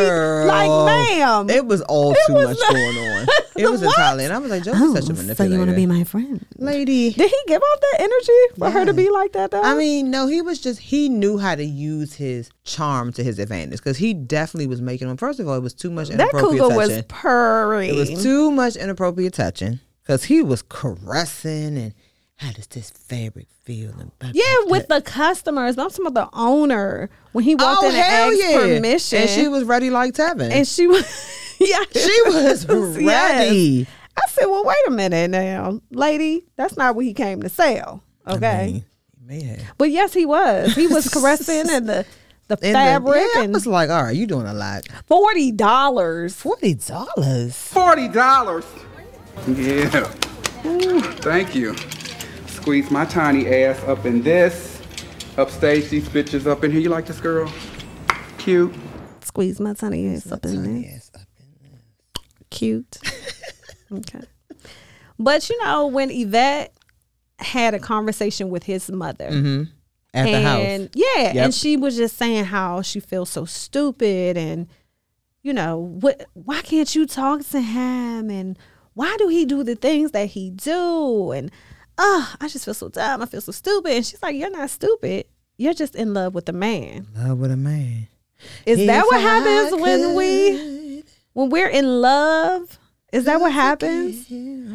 [SPEAKER 2] Girl,
[SPEAKER 1] ma'am.
[SPEAKER 2] It was all too
[SPEAKER 1] was
[SPEAKER 2] much
[SPEAKER 1] [laughs]
[SPEAKER 2] going on. It was entirely. And I was like, Joe's such a manipulator.
[SPEAKER 1] Oh, so you want to be my friend?
[SPEAKER 2] lady?
[SPEAKER 1] Did he give off that energy for her to
[SPEAKER 2] Yeah.
[SPEAKER 1] be like that? Though
[SPEAKER 2] I mean, no, he was just, he knew how to use his charm to his advantage because he definitely was making them. First of all, it was too much
[SPEAKER 1] that
[SPEAKER 2] inappropriate
[SPEAKER 1] cougar was
[SPEAKER 2] touching.
[SPEAKER 1] purring.
[SPEAKER 2] it was too much inappropriate touching because he was caressing and how does this fabric feel? And blah,
[SPEAKER 1] yeah,
[SPEAKER 2] blah,
[SPEAKER 1] with the customers. I'm talking about the owner when he
[SPEAKER 2] blah.
[SPEAKER 1] walked
[SPEAKER 2] oh,
[SPEAKER 1] in and
[SPEAKER 2] hell
[SPEAKER 1] asked
[SPEAKER 2] yeah.
[SPEAKER 1] permission,
[SPEAKER 2] And she was ready like Tevin.
[SPEAKER 1] and she was, [laughs] yeah,
[SPEAKER 2] [laughs] she was
[SPEAKER 1] [laughs] yes.
[SPEAKER 2] ready.
[SPEAKER 1] I said, well, wait a minute now, lady. That's not what he came to sell. Okay,
[SPEAKER 2] Man.
[SPEAKER 1] but yes, he was. He was caressing and the [laughs] the
[SPEAKER 2] And the-
[SPEAKER 1] fabric
[SPEAKER 2] yeah, I
[SPEAKER 1] and
[SPEAKER 2] was like, all right, you doing a lot.
[SPEAKER 1] forty dollars.
[SPEAKER 2] Forty dollars.
[SPEAKER 3] Forty dollars. Yeah. Ooh, thank you. Squeeze my tiny ass up in this. Upstage these bitches up in here. You like this girl? Cute.
[SPEAKER 1] Squeeze my tiny ass up in there. [laughs] cute. okay. But you know, when Yvette had a conversation with his mother.
[SPEAKER 2] At the
[SPEAKER 1] and
[SPEAKER 2] house.
[SPEAKER 1] yeah,
[SPEAKER 2] Yep.
[SPEAKER 1] and she was just saying how she feels so stupid and you know, what why can't you talk to him and why do he do the things that he do and oh, I just feel so dumb. I feel so stupid. And she's like, "You're not stupid. You're just in love with the man."
[SPEAKER 2] Love with a man.
[SPEAKER 1] Is that
[SPEAKER 2] If
[SPEAKER 1] what
[SPEAKER 2] I
[SPEAKER 1] happens when we
[SPEAKER 2] could
[SPEAKER 1] when we're in love is that what happens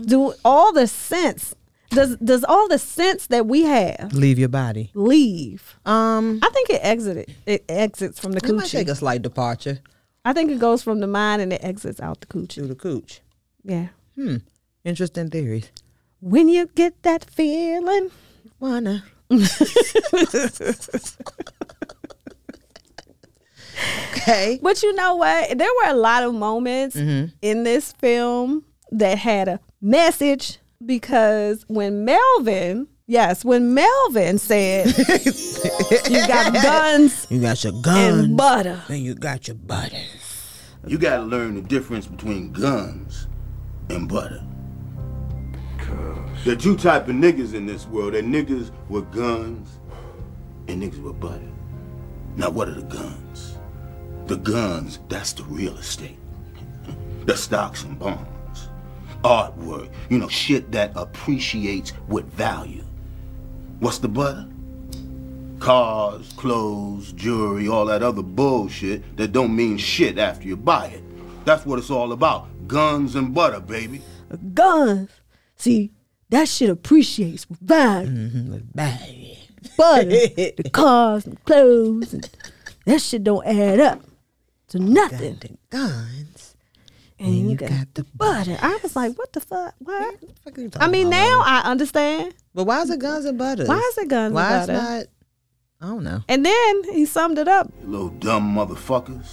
[SPEAKER 1] do all the sense does does all the sense that we have
[SPEAKER 2] leave your body.
[SPEAKER 1] leave
[SPEAKER 2] Um
[SPEAKER 1] i think it exited it exits from the
[SPEAKER 2] it might take
[SPEAKER 1] coochie
[SPEAKER 2] a slight departure
[SPEAKER 1] i think it goes from the mind and it exits out the
[SPEAKER 2] to
[SPEAKER 1] coochie
[SPEAKER 2] the cooch.
[SPEAKER 1] yeah
[SPEAKER 2] Interesting theories.
[SPEAKER 1] when you get that feeling
[SPEAKER 2] Wanna [laughs] Okay.
[SPEAKER 1] but you know what there were a lot of moments
[SPEAKER 2] Mm-hmm.
[SPEAKER 1] in this film that had a message because when melvin Yes, when Melvin
[SPEAKER 2] [laughs]
[SPEAKER 1] said, "You got guns
[SPEAKER 2] You got your
[SPEAKER 1] and
[SPEAKER 2] guns.
[SPEAKER 1] butter."
[SPEAKER 2] And you got your butter.
[SPEAKER 8] You gotta learn the difference between guns and butter. There are two type of niggas in this world. There are niggas with guns and niggas with butter. Now what are the guns? The guns, that's the real estate. The stocks and bonds. Artwork, you know, shit that appreciates with value. What's the butter? cars, clothes, jewelry, all that other bullshit that don't mean shit after you buy it. That's what it's all about. Guns and butter, baby.
[SPEAKER 1] guns. See, that shit appreciates with value.
[SPEAKER 2] Mm-hmm.
[SPEAKER 1] Butter, [laughs] the cars and clothes, and that shit don't add up to nothing.
[SPEAKER 2] The guns.
[SPEAKER 1] and you, got, the butter. I was like, what the fuck? What? I mean, now I understand.
[SPEAKER 2] But why is it guns and butter?
[SPEAKER 1] Why is it guns and
[SPEAKER 2] Why it's
[SPEAKER 1] butter?
[SPEAKER 2] not? I don't know.
[SPEAKER 1] And then he summed it up,
[SPEAKER 8] You little dumb motherfuckers.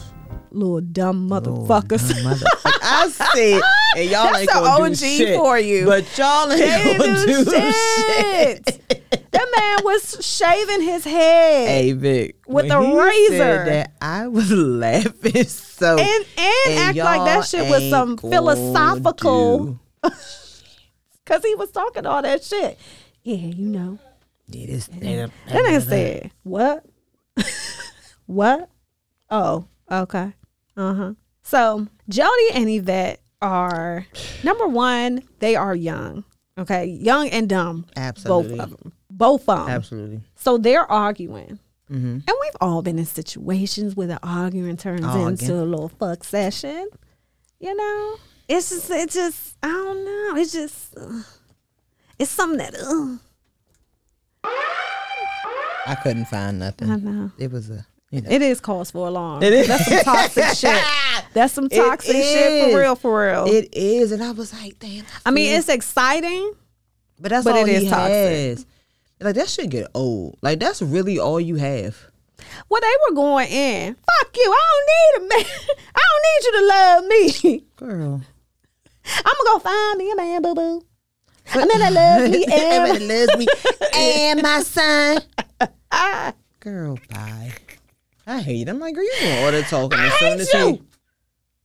[SPEAKER 1] little dumb
[SPEAKER 2] Fuckers.
[SPEAKER 1] motherfuckers.
[SPEAKER 2] I
[SPEAKER 1] [laughs]
[SPEAKER 2] said, and y'all
[SPEAKER 1] That's
[SPEAKER 2] ain't
[SPEAKER 1] an
[SPEAKER 2] gonna do
[SPEAKER 1] OG
[SPEAKER 2] shit.
[SPEAKER 1] for you.
[SPEAKER 2] But y'all
[SPEAKER 1] [laughs]
[SPEAKER 2] ain't
[SPEAKER 1] They didn't do
[SPEAKER 2] gonna do [laughs] shit.
[SPEAKER 1] shit. that man was shaving his head.
[SPEAKER 2] Hey Vic,
[SPEAKER 1] With
[SPEAKER 2] when
[SPEAKER 1] a
[SPEAKER 2] he
[SPEAKER 1] razor.
[SPEAKER 2] Said that I was [laughs] laughing so
[SPEAKER 1] and and, act like
[SPEAKER 2] y'all
[SPEAKER 1] that shit was
[SPEAKER 2] ain't
[SPEAKER 1] some
[SPEAKER 2] gonna
[SPEAKER 1] philosophical
[SPEAKER 2] do-
[SPEAKER 1] because he was talking all that shit. Yeah, you know.
[SPEAKER 2] Yeah, this nigga-
[SPEAKER 1] That nigga said, What? [laughs] what? Oh, okay. Uh huh. So Jody and Yvette are number one, they are young. Okay. Young and dumb.
[SPEAKER 2] Absolutely.
[SPEAKER 1] Both of them. Both of them.
[SPEAKER 2] Absolutely.
[SPEAKER 1] So they're arguing. And we've all been in situations where the arguing turns
[SPEAKER 2] Arguing.
[SPEAKER 1] into a little fuck session. You know? It's just, it's just, I don't know. It's just, ugh. it's something that, ugh,
[SPEAKER 2] I couldn't find nothing.
[SPEAKER 1] I know.
[SPEAKER 2] It was a you know Ah!
[SPEAKER 1] It is cause for alarm.
[SPEAKER 2] It is.
[SPEAKER 1] That's some
[SPEAKER 2] [laughs]
[SPEAKER 1] toxic shit. That's some toxic shit
[SPEAKER 2] is.
[SPEAKER 1] for real, for real.
[SPEAKER 2] it is, and I was like, damn.
[SPEAKER 1] I mean, it's exciting.
[SPEAKER 2] but that's
[SPEAKER 1] but
[SPEAKER 2] all
[SPEAKER 1] it
[SPEAKER 2] it is
[SPEAKER 1] is
[SPEAKER 2] he
[SPEAKER 1] toxic.
[SPEAKER 2] has. Like that should get old. Like that's really all you have.
[SPEAKER 1] Well, they were going in. Fuck you. I don't need a man. [laughs] I don't need you to love me. [laughs]
[SPEAKER 2] [laughs] Girl.
[SPEAKER 1] I'm gonna go find me a man, boo boo. A man that loves
[SPEAKER 2] [laughs]
[SPEAKER 1] me. [laughs]
[SPEAKER 2] Everybody
[SPEAKER 1] and-
[SPEAKER 2] loves me and
[SPEAKER 1] [laughs]
[SPEAKER 2] my son. Girl, bye. I hate him. Like, girl, you doing all the talking as soon as he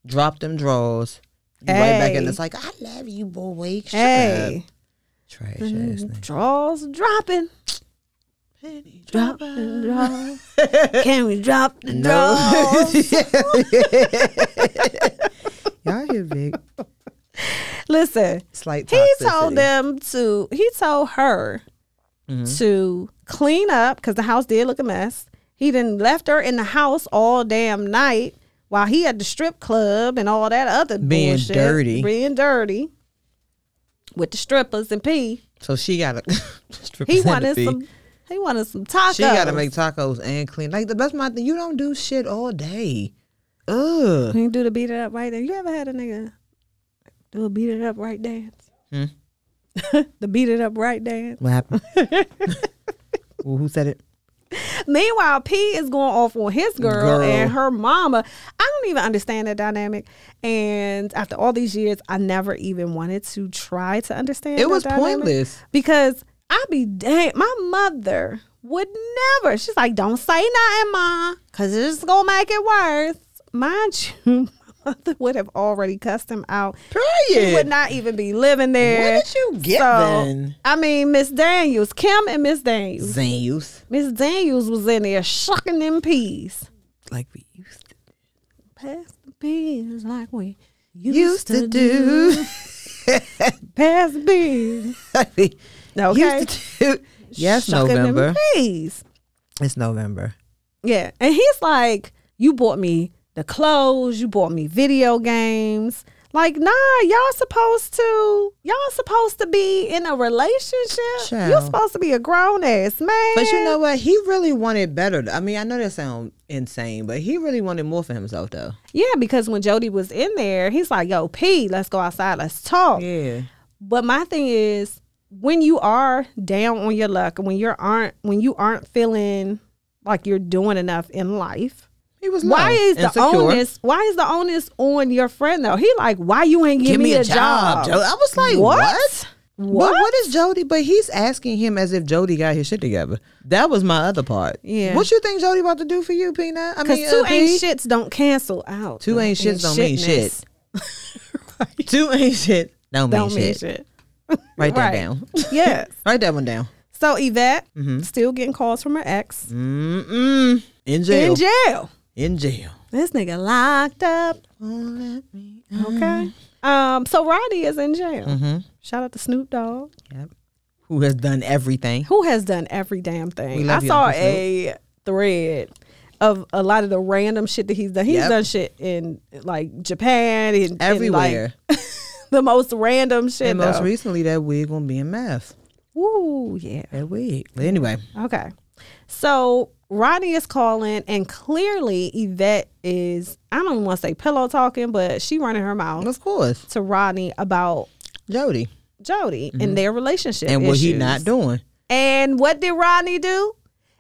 [SPEAKER 2] drop them draws. You right back in
[SPEAKER 1] Hey.
[SPEAKER 2] it's like, I love you, boy. Shut
[SPEAKER 1] Hey, Mm-hmm.
[SPEAKER 2] up. Trash ass nigga.
[SPEAKER 1] draws dropping. Drop and draw. Can we drop the
[SPEAKER 2] No.
[SPEAKER 1] draws?
[SPEAKER 2] [laughs] Y'all hear Vic.
[SPEAKER 1] Listen,
[SPEAKER 2] Slight
[SPEAKER 1] he
[SPEAKER 2] toxicity.
[SPEAKER 1] told them to he told her
[SPEAKER 2] Mm-hmm.
[SPEAKER 1] to clean up because the house did look a mess he then left her in the house all damn night while he at the strip club and all that other
[SPEAKER 2] Being
[SPEAKER 1] bullshit,
[SPEAKER 2] dirty.
[SPEAKER 1] being dirty with the strippers and pee
[SPEAKER 2] So she [laughs] got to.
[SPEAKER 1] he wanted some he wanted some tacos
[SPEAKER 2] She got to make tacos and clean. Like, the best my thing, you don't do shit all day. Ugh.
[SPEAKER 1] you can do the beat it up right there you ever had a nigga do a beat it up right dance
[SPEAKER 2] Hmm?
[SPEAKER 1] [laughs] the beat it up right dance
[SPEAKER 2] What happened? [laughs] well, who said it?
[SPEAKER 1] Meanwhile, P is going off on his girl,
[SPEAKER 2] Girl.
[SPEAKER 1] and her mama. I don't even understand that dynamic. And after all these years, I never even wanted to try to understand.
[SPEAKER 2] It
[SPEAKER 1] that
[SPEAKER 2] was
[SPEAKER 1] dynamic
[SPEAKER 2] pointless.
[SPEAKER 1] because I be damn. My mother would never. She's like, "Don't say nothing, ma, because it's gonna make it worse." Mind you, [laughs] my mother would have already cussed him out. She
[SPEAKER 2] Period.
[SPEAKER 1] would not even be living there.
[SPEAKER 2] did you get then?
[SPEAKER 1] I mean, Miss Daniels, Kim, and Miss Daniels.
[SPEAKER 2] Zeus.
[SPEAKER 1] Miss Daniels was in there shucking them peas.
[SPEAKER 2] Like we used to,
[SPEAKER 1] Pass the peas like we used,
[SPEAKER 2] used
[SPEAKER 1] to,
[SPEAKER 2] to
[SPEAKER 1] do.
[SPEAKER 2] do.
[SPEAKER 1] Pass the peas.
[SPEAKER 2] [laughs] Like we
[SPEAKER 1] Okay.
[SPEAKER 2] used to do. Yes,
[SPEAKER 1] Shucking them
[SPEAKER 2] November.
[SPEAKER 1] peas.
[SPEAKER 2] It's November.
[SPEAKER 1] Yeah. And he's like, You bought me the clothes, you bought me video games. Like, nah, y'all supposed to y'all supposed to be in a relationship. You're
[SPEAKER 2] Child.
[SPEAKER 1] supposed to be a grown ass man.
[SPEAKER 2] But you know what? He really wanted better. I mean, I know that sounds insane, but he really wanted more for himself, though.
[SPEAKER 1] Yeah, because when Jody was in there, he's like, Yo, P, let's go outside, let's talk.
[SPEAKER 2] Yeah.
[SPEAKER 1] But my thing is when you are down on your luck, when you aren't when you aren't feeling like you're doing enough in life,
[SPEAKER 2] He was
[SPEAKER 1] why
[SPEAKER 2] low,
[SPEAKER 1] is the
[SPEAKER 2] insecure.
[SPEAKER 1] onus why is the onus on your friend though? He like, why you ain't give,
[SPEAKER 2] Give me a job, Joe. I was like, what? What? But what is Jody? But he's asking him as if Jody got his shit together. That was my other part.
[SPEAKER 1] Yeah.
[SPEAKER 2] What you think Jody about to do for you, Peanut? I
[SPEAKER 1] Because
[SPEAKER 2] mean,
[SPEAKER 1] two
[SPEAKER 2] uh, P?
[SPEAKER 1] ain't shits don't cancel out.
[SPEAKER 2] Two ain't shits don't mean shit.
[SPEAKER 1] shitness.
[SPEAKER 2] Two ain't shit. Don't,
[SPEAKER 1] Don't
[SPEAKER 2] mean,
[SPEAKER 1] mean
[SPEAKER 2] shit.
[SPEAKER 1] shit.
[SPEAKER 2] Write that
[SPEAKER 1] Right.
[SPEAKER 2] down.
[SPEAKER 1] yes.
[SPEAKER 2] Write that one down.
[SPEAKER 1] So Yvette
[SPEAKER 2] Mm-hmm.
[SPEAKER 1] still getting calls from her ex
[SPEAKER 2] Mm-mm. In jail.
[SPEAKER 1] in jail.
[SPEAKER 2] In jail.
[SPEAKER 1] This nigga locked up. Okay. Um. So Roddy is in jail.
[SPEAKER 2] Mm-hmm.
[SPEAKER 1] Shout out to Snoop Dogg,
[SPEAKER 2] Yep. Who has done everything?
[SPEAKER 1] who has done every damn
[SPEAKER 2] We
[SPEAKER 1] thing. I
[SPEAKER 2] love you,
[SPEAKER 1] saw
[SPEAKER 2] Uncle
[SPEAKER 1] a thread of a lot of the random shit that he's done. He's
[SPEAKER 2] Yep.
[SPEAKER 1] done shit in like Japan and
[SPEAKER 2] Everywhere.
[SPEAKER 1] and, like, [laughs] the most random shit.
[SPEAKER 2] and most
[SPEAKER 1] though.
[SPEAKER 2] recently, that wig on BMF.
[SPEAKER 1] Ooh, yeah.
[SPEAKER 2] That wig. But anyway,
[SPEAKER 1] Okay. So Rodney is calling, and clearly Yvette is, I don't even want to say pillow talking, but she running her mouth
[SPEAKER 2] of course,
[SPEAKER 1] to Rodney about
[SPEAKER 2] Jody.
[SPEAKER 1] Jody and their relationship.
[SPEAKER 2] Mm-hmm. And what he
[SPEAKER 1] issues.
[SPEAKER 2] not doing?
[SPEAKER 1] And what did Rodney do?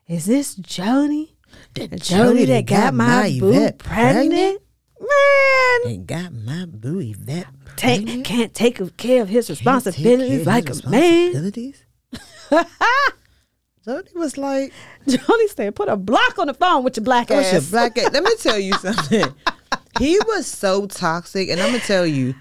[SPEAKER 1] Is this Jody? The Jody that got my boo
[SPEAKER 2] Yvette
[SPEAKER 1] pregnant? Man,
[SPEAKER 2] And got my boo Yvette.
[SPEAKER 1] take, can't take care of his responsibilities like a man. [laughs]
[SPEAKER 2] man. Jody was like,
[SPEAKER 1] Jody said, "Put a block on the phone with your black
[SPEAKER 2] What's
[SPEAKER 1] ass."
[SPEAKER 2] your black ass? Let me tell
[SPEAKER 1] [laughs]
[SPEAKER 2] you something. he was so toxic, and I'm gonna tell you,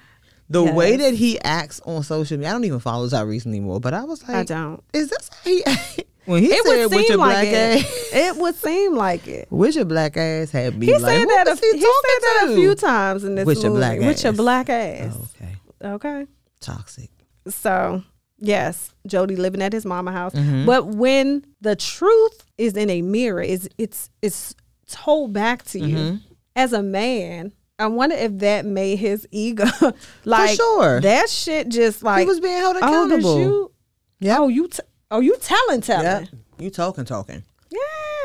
[SPEAKER 2] the way that he acts on social media. I don't even follow Tyrese anymore, but I was like,
[SPEAKER 1] I don't.
[SPEAKER 2] Is this how
[SPEAKER 1] [laughs]
[SPEAKER 2] he? act? when he
[SPEAKER 1] It
[SPEAKER 2] said,
[SPEAKER 1] would
[SPEAKER 2] "With
[SPEAKER 1] seem
[SPEAKER 2] your
[SPEAKER 1] like
[SPEAKER 2] black
[SPEAKER 1] it.
[SPEAKER 2] ass," [laughs]
[SPEAKER 1] It would seem like it.
[SPEAKER 2] with your black ass had me
[SPEAKER 1] He
[SPEAKER 2] like,
[SPEAKER 1] said
[SPEAKER 2] who
[SPEAKER 1] that. A,
[SPEAKER 2] was
[SPEAKER 1] he
[SPEAKER 2] he talking
[SPEAKER 1] said that
[SPEAKER 2] to?
[SPEAKER 1] a few times in this
[SPEAKER 2] With your
[SPEAKER 1] movie.
[SPEAKER 2] black
[SPEAKER 1] With your
[SPEAKER 2] ass. Oh.
[SPEAKER 1] black ass.
[SPEAKER 2] Okay,
[SPEAKER 1] Okay.
[SPEAKER 2] toxic.
[SPEAKER 1] So yes, Jody living at his mama house.
[SPEAKER 2] Mm-hmm.
[SPEAKER 1] But when the truth is in a mirror, is it's it's told back to you
[SPEAKER 2] Mm-hmm.
[SPEAKER 1] as a man. I wonder if that made his ego [laughs] like
[SPEAKER 2] sure.
[SPEAKER 1] that shit just like
[SPEAKER 2] was being held
[SPEAKER 1] oh, did
[SPEAKER 2] accountable.
[SPEAKER 1] you,
[SPEAKER 2] Yep.
[SPEAKER 1] Oh, you t- oh you telling telling.
[SPEAKER 2] Yep. You talking, talking.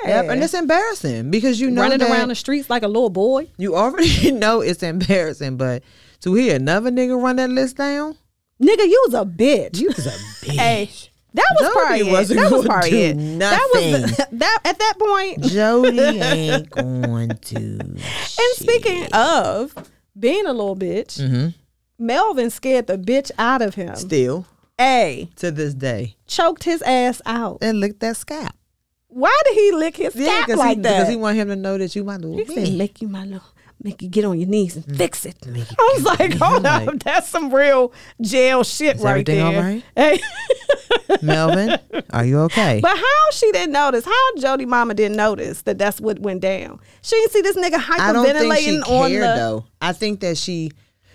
[SPEAKER 1] Yeah.
[SPEAKER 2] Yep. And it's embarrassing because you know
[SPEAKER 1] running
[SPEAKER 2] that
[SPEAKER 1] around the streets like a little boy.
[SPEAKER 2] you already [laughs] know it's embarrassing, but to hear another nigga run that list down,
[SPEAKER 1] Nigga, you was a bitch.
[SPEAKER 2] you was a bitch.
[SPEAKER 1] Hey, that was
[SPEAKER 2] Jody
[SPEAKER 1] probably it.
[SPEAKER 2] wasn't
[SPEAKER 1] That was
[SPEAKER 2] gonna
[SPEAKER 1] probably
[SPEAKER 2] do
[SPEAKER 1] it. That was the, [laughs]
[SPEAKER 2] nothing.
[SPEAKER 1] that at that point.
[SPEAKER 2] Jody
[SPEAKER 1] [laughs]
[SPEAKER 2] ain't going to.
[SPEAKER 1] And speaking of being a little bitch,
[SPEAKER 2] Mm-hmm.
[SPEAKER 1] Melvin scared the bitch out of him.
[SPEAKER 2] Still
[SPEAKER 1] A
[SPEAKER 2] to this day,
[SPEAKER 1] choked his ass out.
[SPEAKER 2] and lick that scalp.
[SPEAKER 1] Why did he lick his scalp
[SPEAKER 2] because
[SPEAKER 1] like
[SPEAKER 2] he,
[SPEAKER 1] that?
[SPEAKER 2] because he want him to know that you my little
[SPEAKER 1] He said,
[SPEAKER 2] bitch.
[SPEAKER 1] "Make you my little, make you get on your knees and
[SPEAKER 2] Mm.
[SPEAKER 1] fix it." I was
[SPEAKER 2] [laughs]
[SPEAKER 1] like, "Hold
[SPEAKER 2] I'm
[SPEAKER 1] up, that's some real jail shit
[SPEAKER 2] Is
[SPEAKER 1] right
[SPEAKER 2] everything all
[SPEAKER 1] there."
[SPEAKER 2] right?
[SPEAKER 1] Hey, [laughs]
[SPEAKER 2] Melvin, are you okay?
[SPEAKER 1] but how she didn't notice? How Jody Mama didn't notice that that's what went down? She didn't see this nigga hyperventilating
[SPEAKER 2] I don't think she
[SPEAKER 1] on
[SPEAKER 2] cared
[SPEAKER 1] the.
[SPEAKER 2] though. I think that she.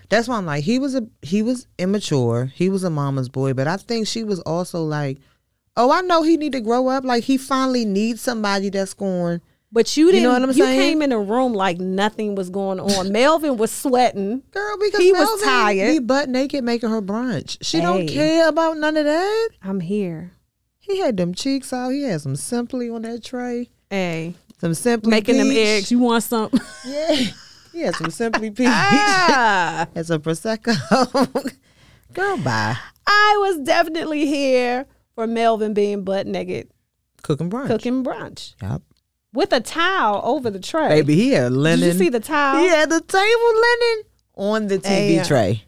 [SPEAKER 2] That's why I'm like he was a he was immature. He was a mama's boy, but I think she was also like, oh, I know he need to grow up. Like he finally needs somebody that's going.
[SPEAKER 1] But you
[SPEAKER 2] know
[SPEAKER 1] didn't. You,
[SPEAKER 2] what I'm saying?
[SPEAKER 1] came in the room like nothing was going on. Melvin was sweating.
[SPEAKER 2] Girl, because
[SPEAKER 1] He was
[SPEAKER 2] Melvin
[SPEAKER 1] tired.
[SPEAKER 2] Be butt naked making her brunch. She don't
[SPEAKER 1] Hey.
[SPEAKER 2] care about none of that.
[SPEAKER 1] I'm here.
[SPEAKER 2] He had them cheeks out. He had some simply on that tray.
[SPEAKER 1] Hey,
[SPEAKER 2] Some simply
[SPEAKER 1] making them
[SPEAKER 2] peach.
[SPEAKER 1] eggs. You want some?
[SPEAKER 2] [laughs] Yeah, he had some
[SPEAKER 1] [laughs]
[SPEAKER 2] simply peach.
[SPEAKER 1] Ah,
[SPEAKER 2] Had some prosecco. [laughs] Girl, bye.
[SPEAKER 1] I was definitely here for Melvin being butt naked
[SPEAKER 2] Cooking brunch.
[SPEAKER 1] cooking brunch
[SPEAKER 2] Yep.
[SPEAKER 1] with a towel over the tray.
[SPEAKER 2] Baby, he had
[SPEAKER 1] Did
[SPEAKER 2] linen.
[SPEAKER 1] you see the towel? uh,
[SPEAKER 2] He had the table linen on the TV
[SPEAKER 1] Yeah.
[SPEAKER 2] tray.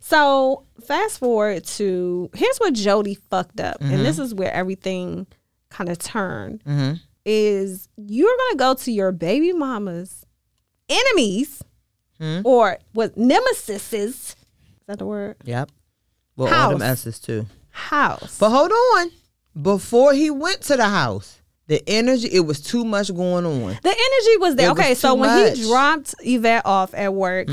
[SPEAKER 1] So fast forward to here's where Jody fucked up,
[SPEAKER 2] Mm-hmm.
[SPEAKER 1] and this is where everything kind of turned. Is you're gonna go to your baby mama's enemies
[SPEAKER 2] Hmm?
[SPEAKER 1] or what nemesis? Is that the word?
[SPEAKER 2] Yep. Well, all them
[SPEAKER 1] House.
[SPEAKER 2] S's too.
[SPEAKER 1] House.
[SPEAKER 2] But hold on. Before he went to the house, the energy, it was too much going on.
[SPEAKER 1] the energy was there.
[SPEAKER 2] It was
[SPEAKER 1] okay, so
[SPEAKER 2] too
[SPEAKER 1] when
[SPEAKER 2] much. Mm-hmm.
[SPEAKER 1] he dropped Yvette off at work,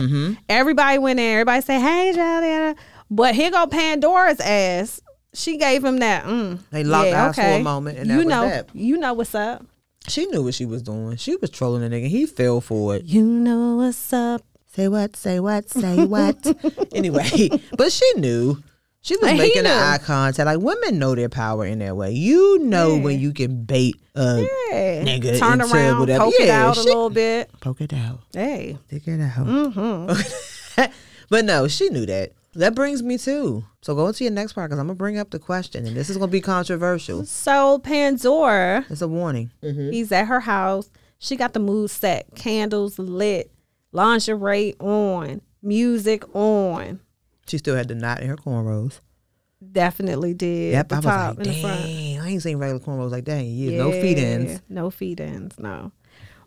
[SPEAKER 1] everybody went in. Everybody said, "Hey, Jody," but here go Pandora's ass. She gave him that. Mm,
[SPEAKER 2] They locked eyes for a moment, and that
[SPEAKER 1] you
[SPEAKER 2] was
[SPEAKER 1] know,
[SPEAKER 2] that.
[SPEAKER 1] you know what's up.
[SPEAKER 2] She knew what she was doing. She was trolling the nigga. He fell for it.
[SPEAKER 1] You know what's up.
[SPEAKER 2] Say what? Say what?
[SPEAKER 1] [laughs]
[SPEAKER 2] Say what? anyway, [laughs] but she knew. She was
[SPEAKER 1] And he
[SPEAKER 2] making an
[SPEAKER 1] knew.
[SPEAKER 2] eye contact. Like women know their power in their way. You know when you can bait a
[SPEAKER 1] Hey,
[SPEAKER 2] Nigga,
[SPEAKER 1] turn
[SPEAKER 2] into
[SPEAKER 1] around,
[SPEAKER 2] whatever.
[SPEAKER 1] poke it
[SPEAKER 2] Yeah,
[SPEAKER 1] out a
[SPEAKER 2] shit.
[SPEAKER 1] little bit.
[SPEAKER 2] poke it out.
[SPEAKER 1] Hey,
[SPEAKER 2] Stick it out. [laughs] but no, she knew that. That brings me to. So go into your next part because I'm gonna bring up the question, and this is gonna be controversial.
[SPEAKER 1] so Pandora,
[SPEAKER 2] It's a warning.
[SPEAKER 1] he's at her house. She got the mood set, candles lit, lingerie on, music on.
[SPEAKER 2] She still had the knot in her cornrows.
[SPEAKER 1] definitely did.
[SPEAKER 2] Yep,
[SPEAKER 1] the
[SPEAKER 2] I was
[SPEAKER 1] top
[SPEAKER 2] like,
[SPEAKER 1] and the
[SPEAKER 2] dang,
[SPEAKER 1] front.
[SPEAKER 2] I ain't seen regular cornrows like that in years. No feed ins.
[SPEAKER 1] No feed ins, no.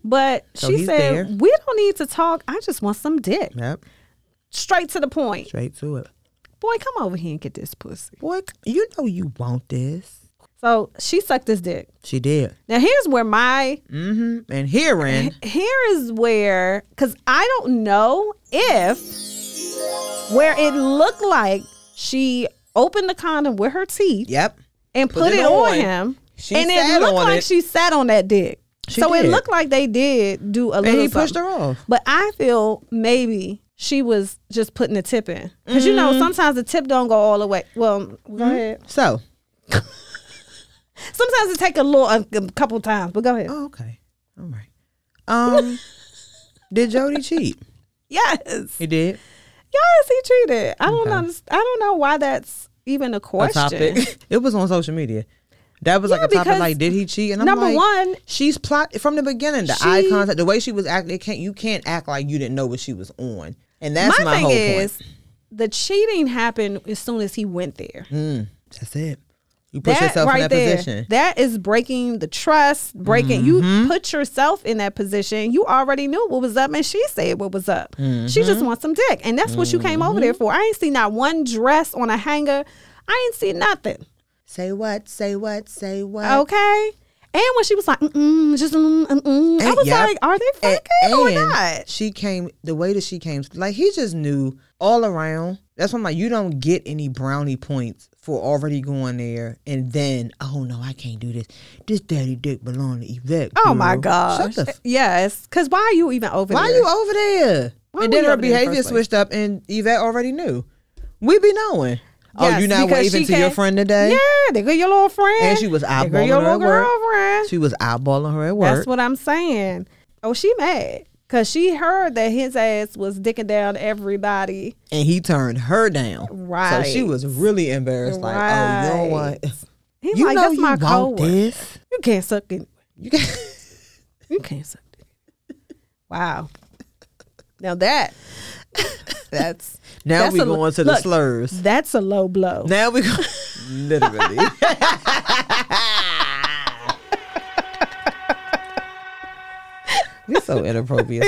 [SPEAKER 1] But
[SPEAKER 2] So
[SPEAKER 1] she
[SPEAKER 2] he's
[SPEAKER 1] said,
[SPEAKER 2] there.
[SPEAKER 1] We don't need to talk. I just want some dick.
[SPEAKER 2] Yep,
[SPEAKER 1] Straight to the point.
[SPEAKER 2] straight to it.
[SPEAKER 1] Boy, come over here and get this pussy.
[SPEAKER 2] Boy, you know you want this.
[SPEAKER 1] So she sucked his dick.
[SPEAKER 2] She did.
[SPEAKER 1] Now here's where my
[SPEAKER 2] Mm-hmm. And [laughs] hearing,
[SPEAKER 1] here is where because I don't know if where it looked like she opened the condom with her teeth
[SPEAKER 2] yep,
[SPEAKER 1] and put, it, on him,
[SPEAKER 2] She
[SPEAKER 1] and it
[SPEAKER 2] sat
[SPEAKER 1] looked
[SPEAKER 2] on
[SPEAKER 1] like
[SPEAKER 2] it.
[SPEAKER 1] she sat on that dick.
[SPEAKER 2] She
[SPEAKER 1] so it
[SPEAKER 2] did.
[SPEAKER 1] looked like they did do a
[SPEAKER 2] and
[SPEAKER 1] little.
[SPEAKER 2] he pushed
[SPEAKER 1] something.
[SPEAKER 2] her off.
[SPEAKER 1] But I feel maybe she was just putting the tip in because you know
[SPEAKER 2] Mm-hmm.
[SPEAKER 1] sometimes the tip don't go all the way. Well, go ahead.
[SPEAKER 2] So,
[SPEAKER 1] Sometimes it take a little, a, a couple times. But go ahead.
[SPEAKER 2] oh, okay, all right. Um, [laughs] did Jody cheat?
[SPEAKER 1] Yes.
[SPEAKER 2] He did.
[SPEAKER 1] Yes, he cheated. I don't
[SPEAKER 2] Okay.
[SPEAKER 1] understand. I don't know why that's even a
[SPEAKER 2] A
[SPEAKER 1] question.
[SPEAKER 2] topic. It was on social media. That was
[SPEAKER 1] Yeah,
[SPEAKER 2] like a topic.
[SPEAKER 1] because
[SPEAKER 2] Like, did he cheat? And I'm
[SPEAKER 1] Number
[SPEAKER 2] like,
[SPEAKER 1] one,
[SPEAKER 2] She's plot from the beginning. The eye
[SPEAKER 1] She-
[SPEAKER 2] contact, the way she was acting, it can't you can't act like you didn't know what she was on. And [laughs] that's my,
[SPEAKER 1] my, thing
[SPEAKER 2] whole
[SPEAKER 1] is,
[SPEAKER 2] point.
[SPEAKER 1] the cheating happened as soon as he went there.
[SPEAKER 2] That's it. You Mm-hmm. put
[SPEAKER 1] That
[SPEAKER 2] yourself
[SPEAKER 1] right
[SPEAKER 2] in that
[SPEAKER 1] there,
[SPEAKER 2] position. Mm-hmm.
[SPEAKER 1] that is breaking the trust. Breaking you put yourself in that position. You already knew what was up, and she said what was up. She
[SPEAKER 2] Mm-hmm.
[SPEAKER 1] just wants some dick, and that's what you came over there for. I ain't seen not one dress on a hanger. I ain't seen nothing.
[SPEAKER 2] Say what? Say what? Say what?
[SPEAKER 1] Okay. And when she was like, mm-mm, just mm, mm-mm, I
[SPEAKER 2] And-
[SPEAKER 1] was
[SPEAKER 2] yep.
[SPEAKER 1] like, are they fucking
[SPEAKER 2] and,
[SPEAKER 1] or
[SPEAKER 2] and
[SPEAKER 1] not?
[SPEAKER 2] She came the way that she came. Like he just knew all around. That's why I'm like, you don't get any brownie points for already going there and then oh no, I can't do this. This daddy dick belong to Yvette.
[SPEAKER 1] Oh my
[SPEAKER 2] girl.
[SPEAKER 1] gosh. [laughs]
[SPEAKER 2] Shut the
[SPEAKER 1] yes. Cause why are you even over
[SPEAKER 2] Why
[SPEAKER 1] there?
[SPEAKER 2] you over there?
[SPEAKER 1] Why
[SPEAKER 2] and
[SPEAKER 1] were
[SPEAKER 2] then
[SPEAKER 1] you
[SPEAKER 2] her
[SPEAKER 1] over there in the
[SPEAKER 2] behavior
[SPEAKER 1] first place?
[SPEAKER 2] switched up, and Yvette already knew. We be knowing. oh,
[SPEAKER 1] Yes,
[SPEAKER 2] you not
[SPEAKER 1] because
[SPEAKER 2] waving
[SPEAKER 1] she
[SPEAKER 2] to your
[SPEAKER 1] came-
[SPEAKER 2] friend today?
[SPEAKER 1] Yeah, they got your little friend.
[SPEAKER 2] And she was
[SPEAKER 1] They got
[SPEAKER 2] eyeballing
[SPEAKER 1] your
[SPEAKER 2] her at
[SPEAKER 1] little
[SPEAKER 2] work.
[SPEAKER 1] girlfriend.
[SPEAKER 2] She was eyeballing her at work.
[SPEAKER 1] That's what I'm saying. Oh, she mad. Cause she heard that his ass was dicking down everybody.
[SPEAKER 2] and he turned her down. So she
[SPEAKER 1] Right.
[SPEAKER 2] was really embarrassed. Like, oh, you know what?
[SPEAKER 1] He's
[SPEAKER 2] [laughs] You
[SPEAKER 1] like,
[SPEAKER 2] know
[SPEAKER 1] That's
[SPEAKER 2] you
[SPEAKER 1] my
[SPEAKER 2] want
[SPEAKER 1] coworker.
[SPEAKER 2] this.
[SPEAKER 1] You can't suck it.
[SPEAKER 2] You [laughs] can-
[SPEAKER 1] You can't suck dick. Wow. Now that that's
[SPEAKER 2] [laughs] now
[SPEAKER 1] That's
[SPEAKER 2] we
[SPEAKER 1] a lo-
[SPEAKER 2] going to the
[SPEAKER 1] look.
[SPEAKER 2] slurs.
[SPEAKER 1] that's a low blow.
[SPEAKER 2] Now
[SPEAKER 1] [laughs]
[SPEAKER 2] we go literally. we so inappropriate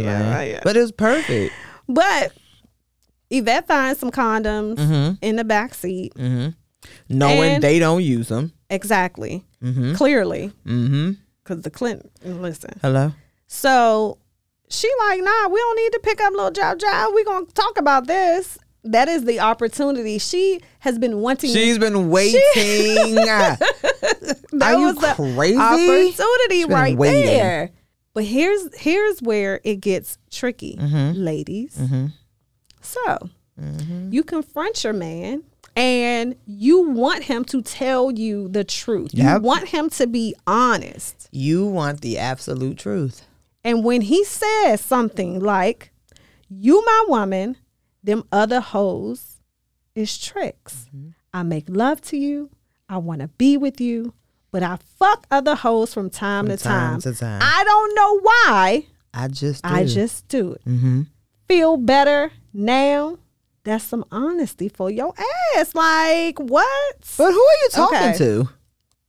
[SPEAKER 1] [laughs] I am,
[SPEAKER 2] man.
[SPEAKER 1] I am.
[SPEAKER 2] But it was perfect.
[SPEAKER 1] But Yvette finds some condoms
[SPEAKER 2] Mm-hmm.
[SPEAKER 1] in the back seat.
[SPEAKER 2] Knowing
[SPEAKER 1] And-
[SPEAKER 2] they don't use them.
[SPEAKER 1] Exactly. Clearly.
[SPEAKER 2] Mm-hmm.
[SPEAKER 1] Because the Clinton, listen.
[SPEAKER 2] Hello.
[SPEAKER 1] So she like, nah, we don't need to pick up little job job. we going to talk about this. That is the opportunity. She has been wanting
[SPEAKER 2] She's been waiting. [laughs] Are you
[SPEAKER 1] was the
[SPEAKER 2] crazy?
[SPEAKER 1] opportunity
[SPEAKER 2] been
[SPEAKER 1] right
[SPEAKER 2] waiting.
[SPEAKER 1] there. But here's here's where it gets tricky,
[SPEAKER 2] Mm-hmm.
[SPEAKER 1] ladies. So you confront your man and you want him to tell you the truth.
[SPEAKER 2] Yep.
[SPEAKER 1] You want him to be honest.
[SPEAKER 2] You want the absolute truth.
[SPEAKER 1] And when he says something like, You my woman, them other hoes is tricks.
[SPEAKER 2] Mm-hmm.
[SPEAKER 1] I make love to you. I want to be with you, but I fuck other hoes from time, to, time.
[SPEAKER 2] time to time.
[SPEAKER 1] I don't know why.
[SPEAKER 2] I just. Do. Mm. Mm-hmm.
[SPEAKER 1] I just do it. Feel better now. That's some honesty for your ass. Like what?
[SPEAKER 2] But who are you talking
[SPEAKER 1] Okay.
[SPEAKER 2] to?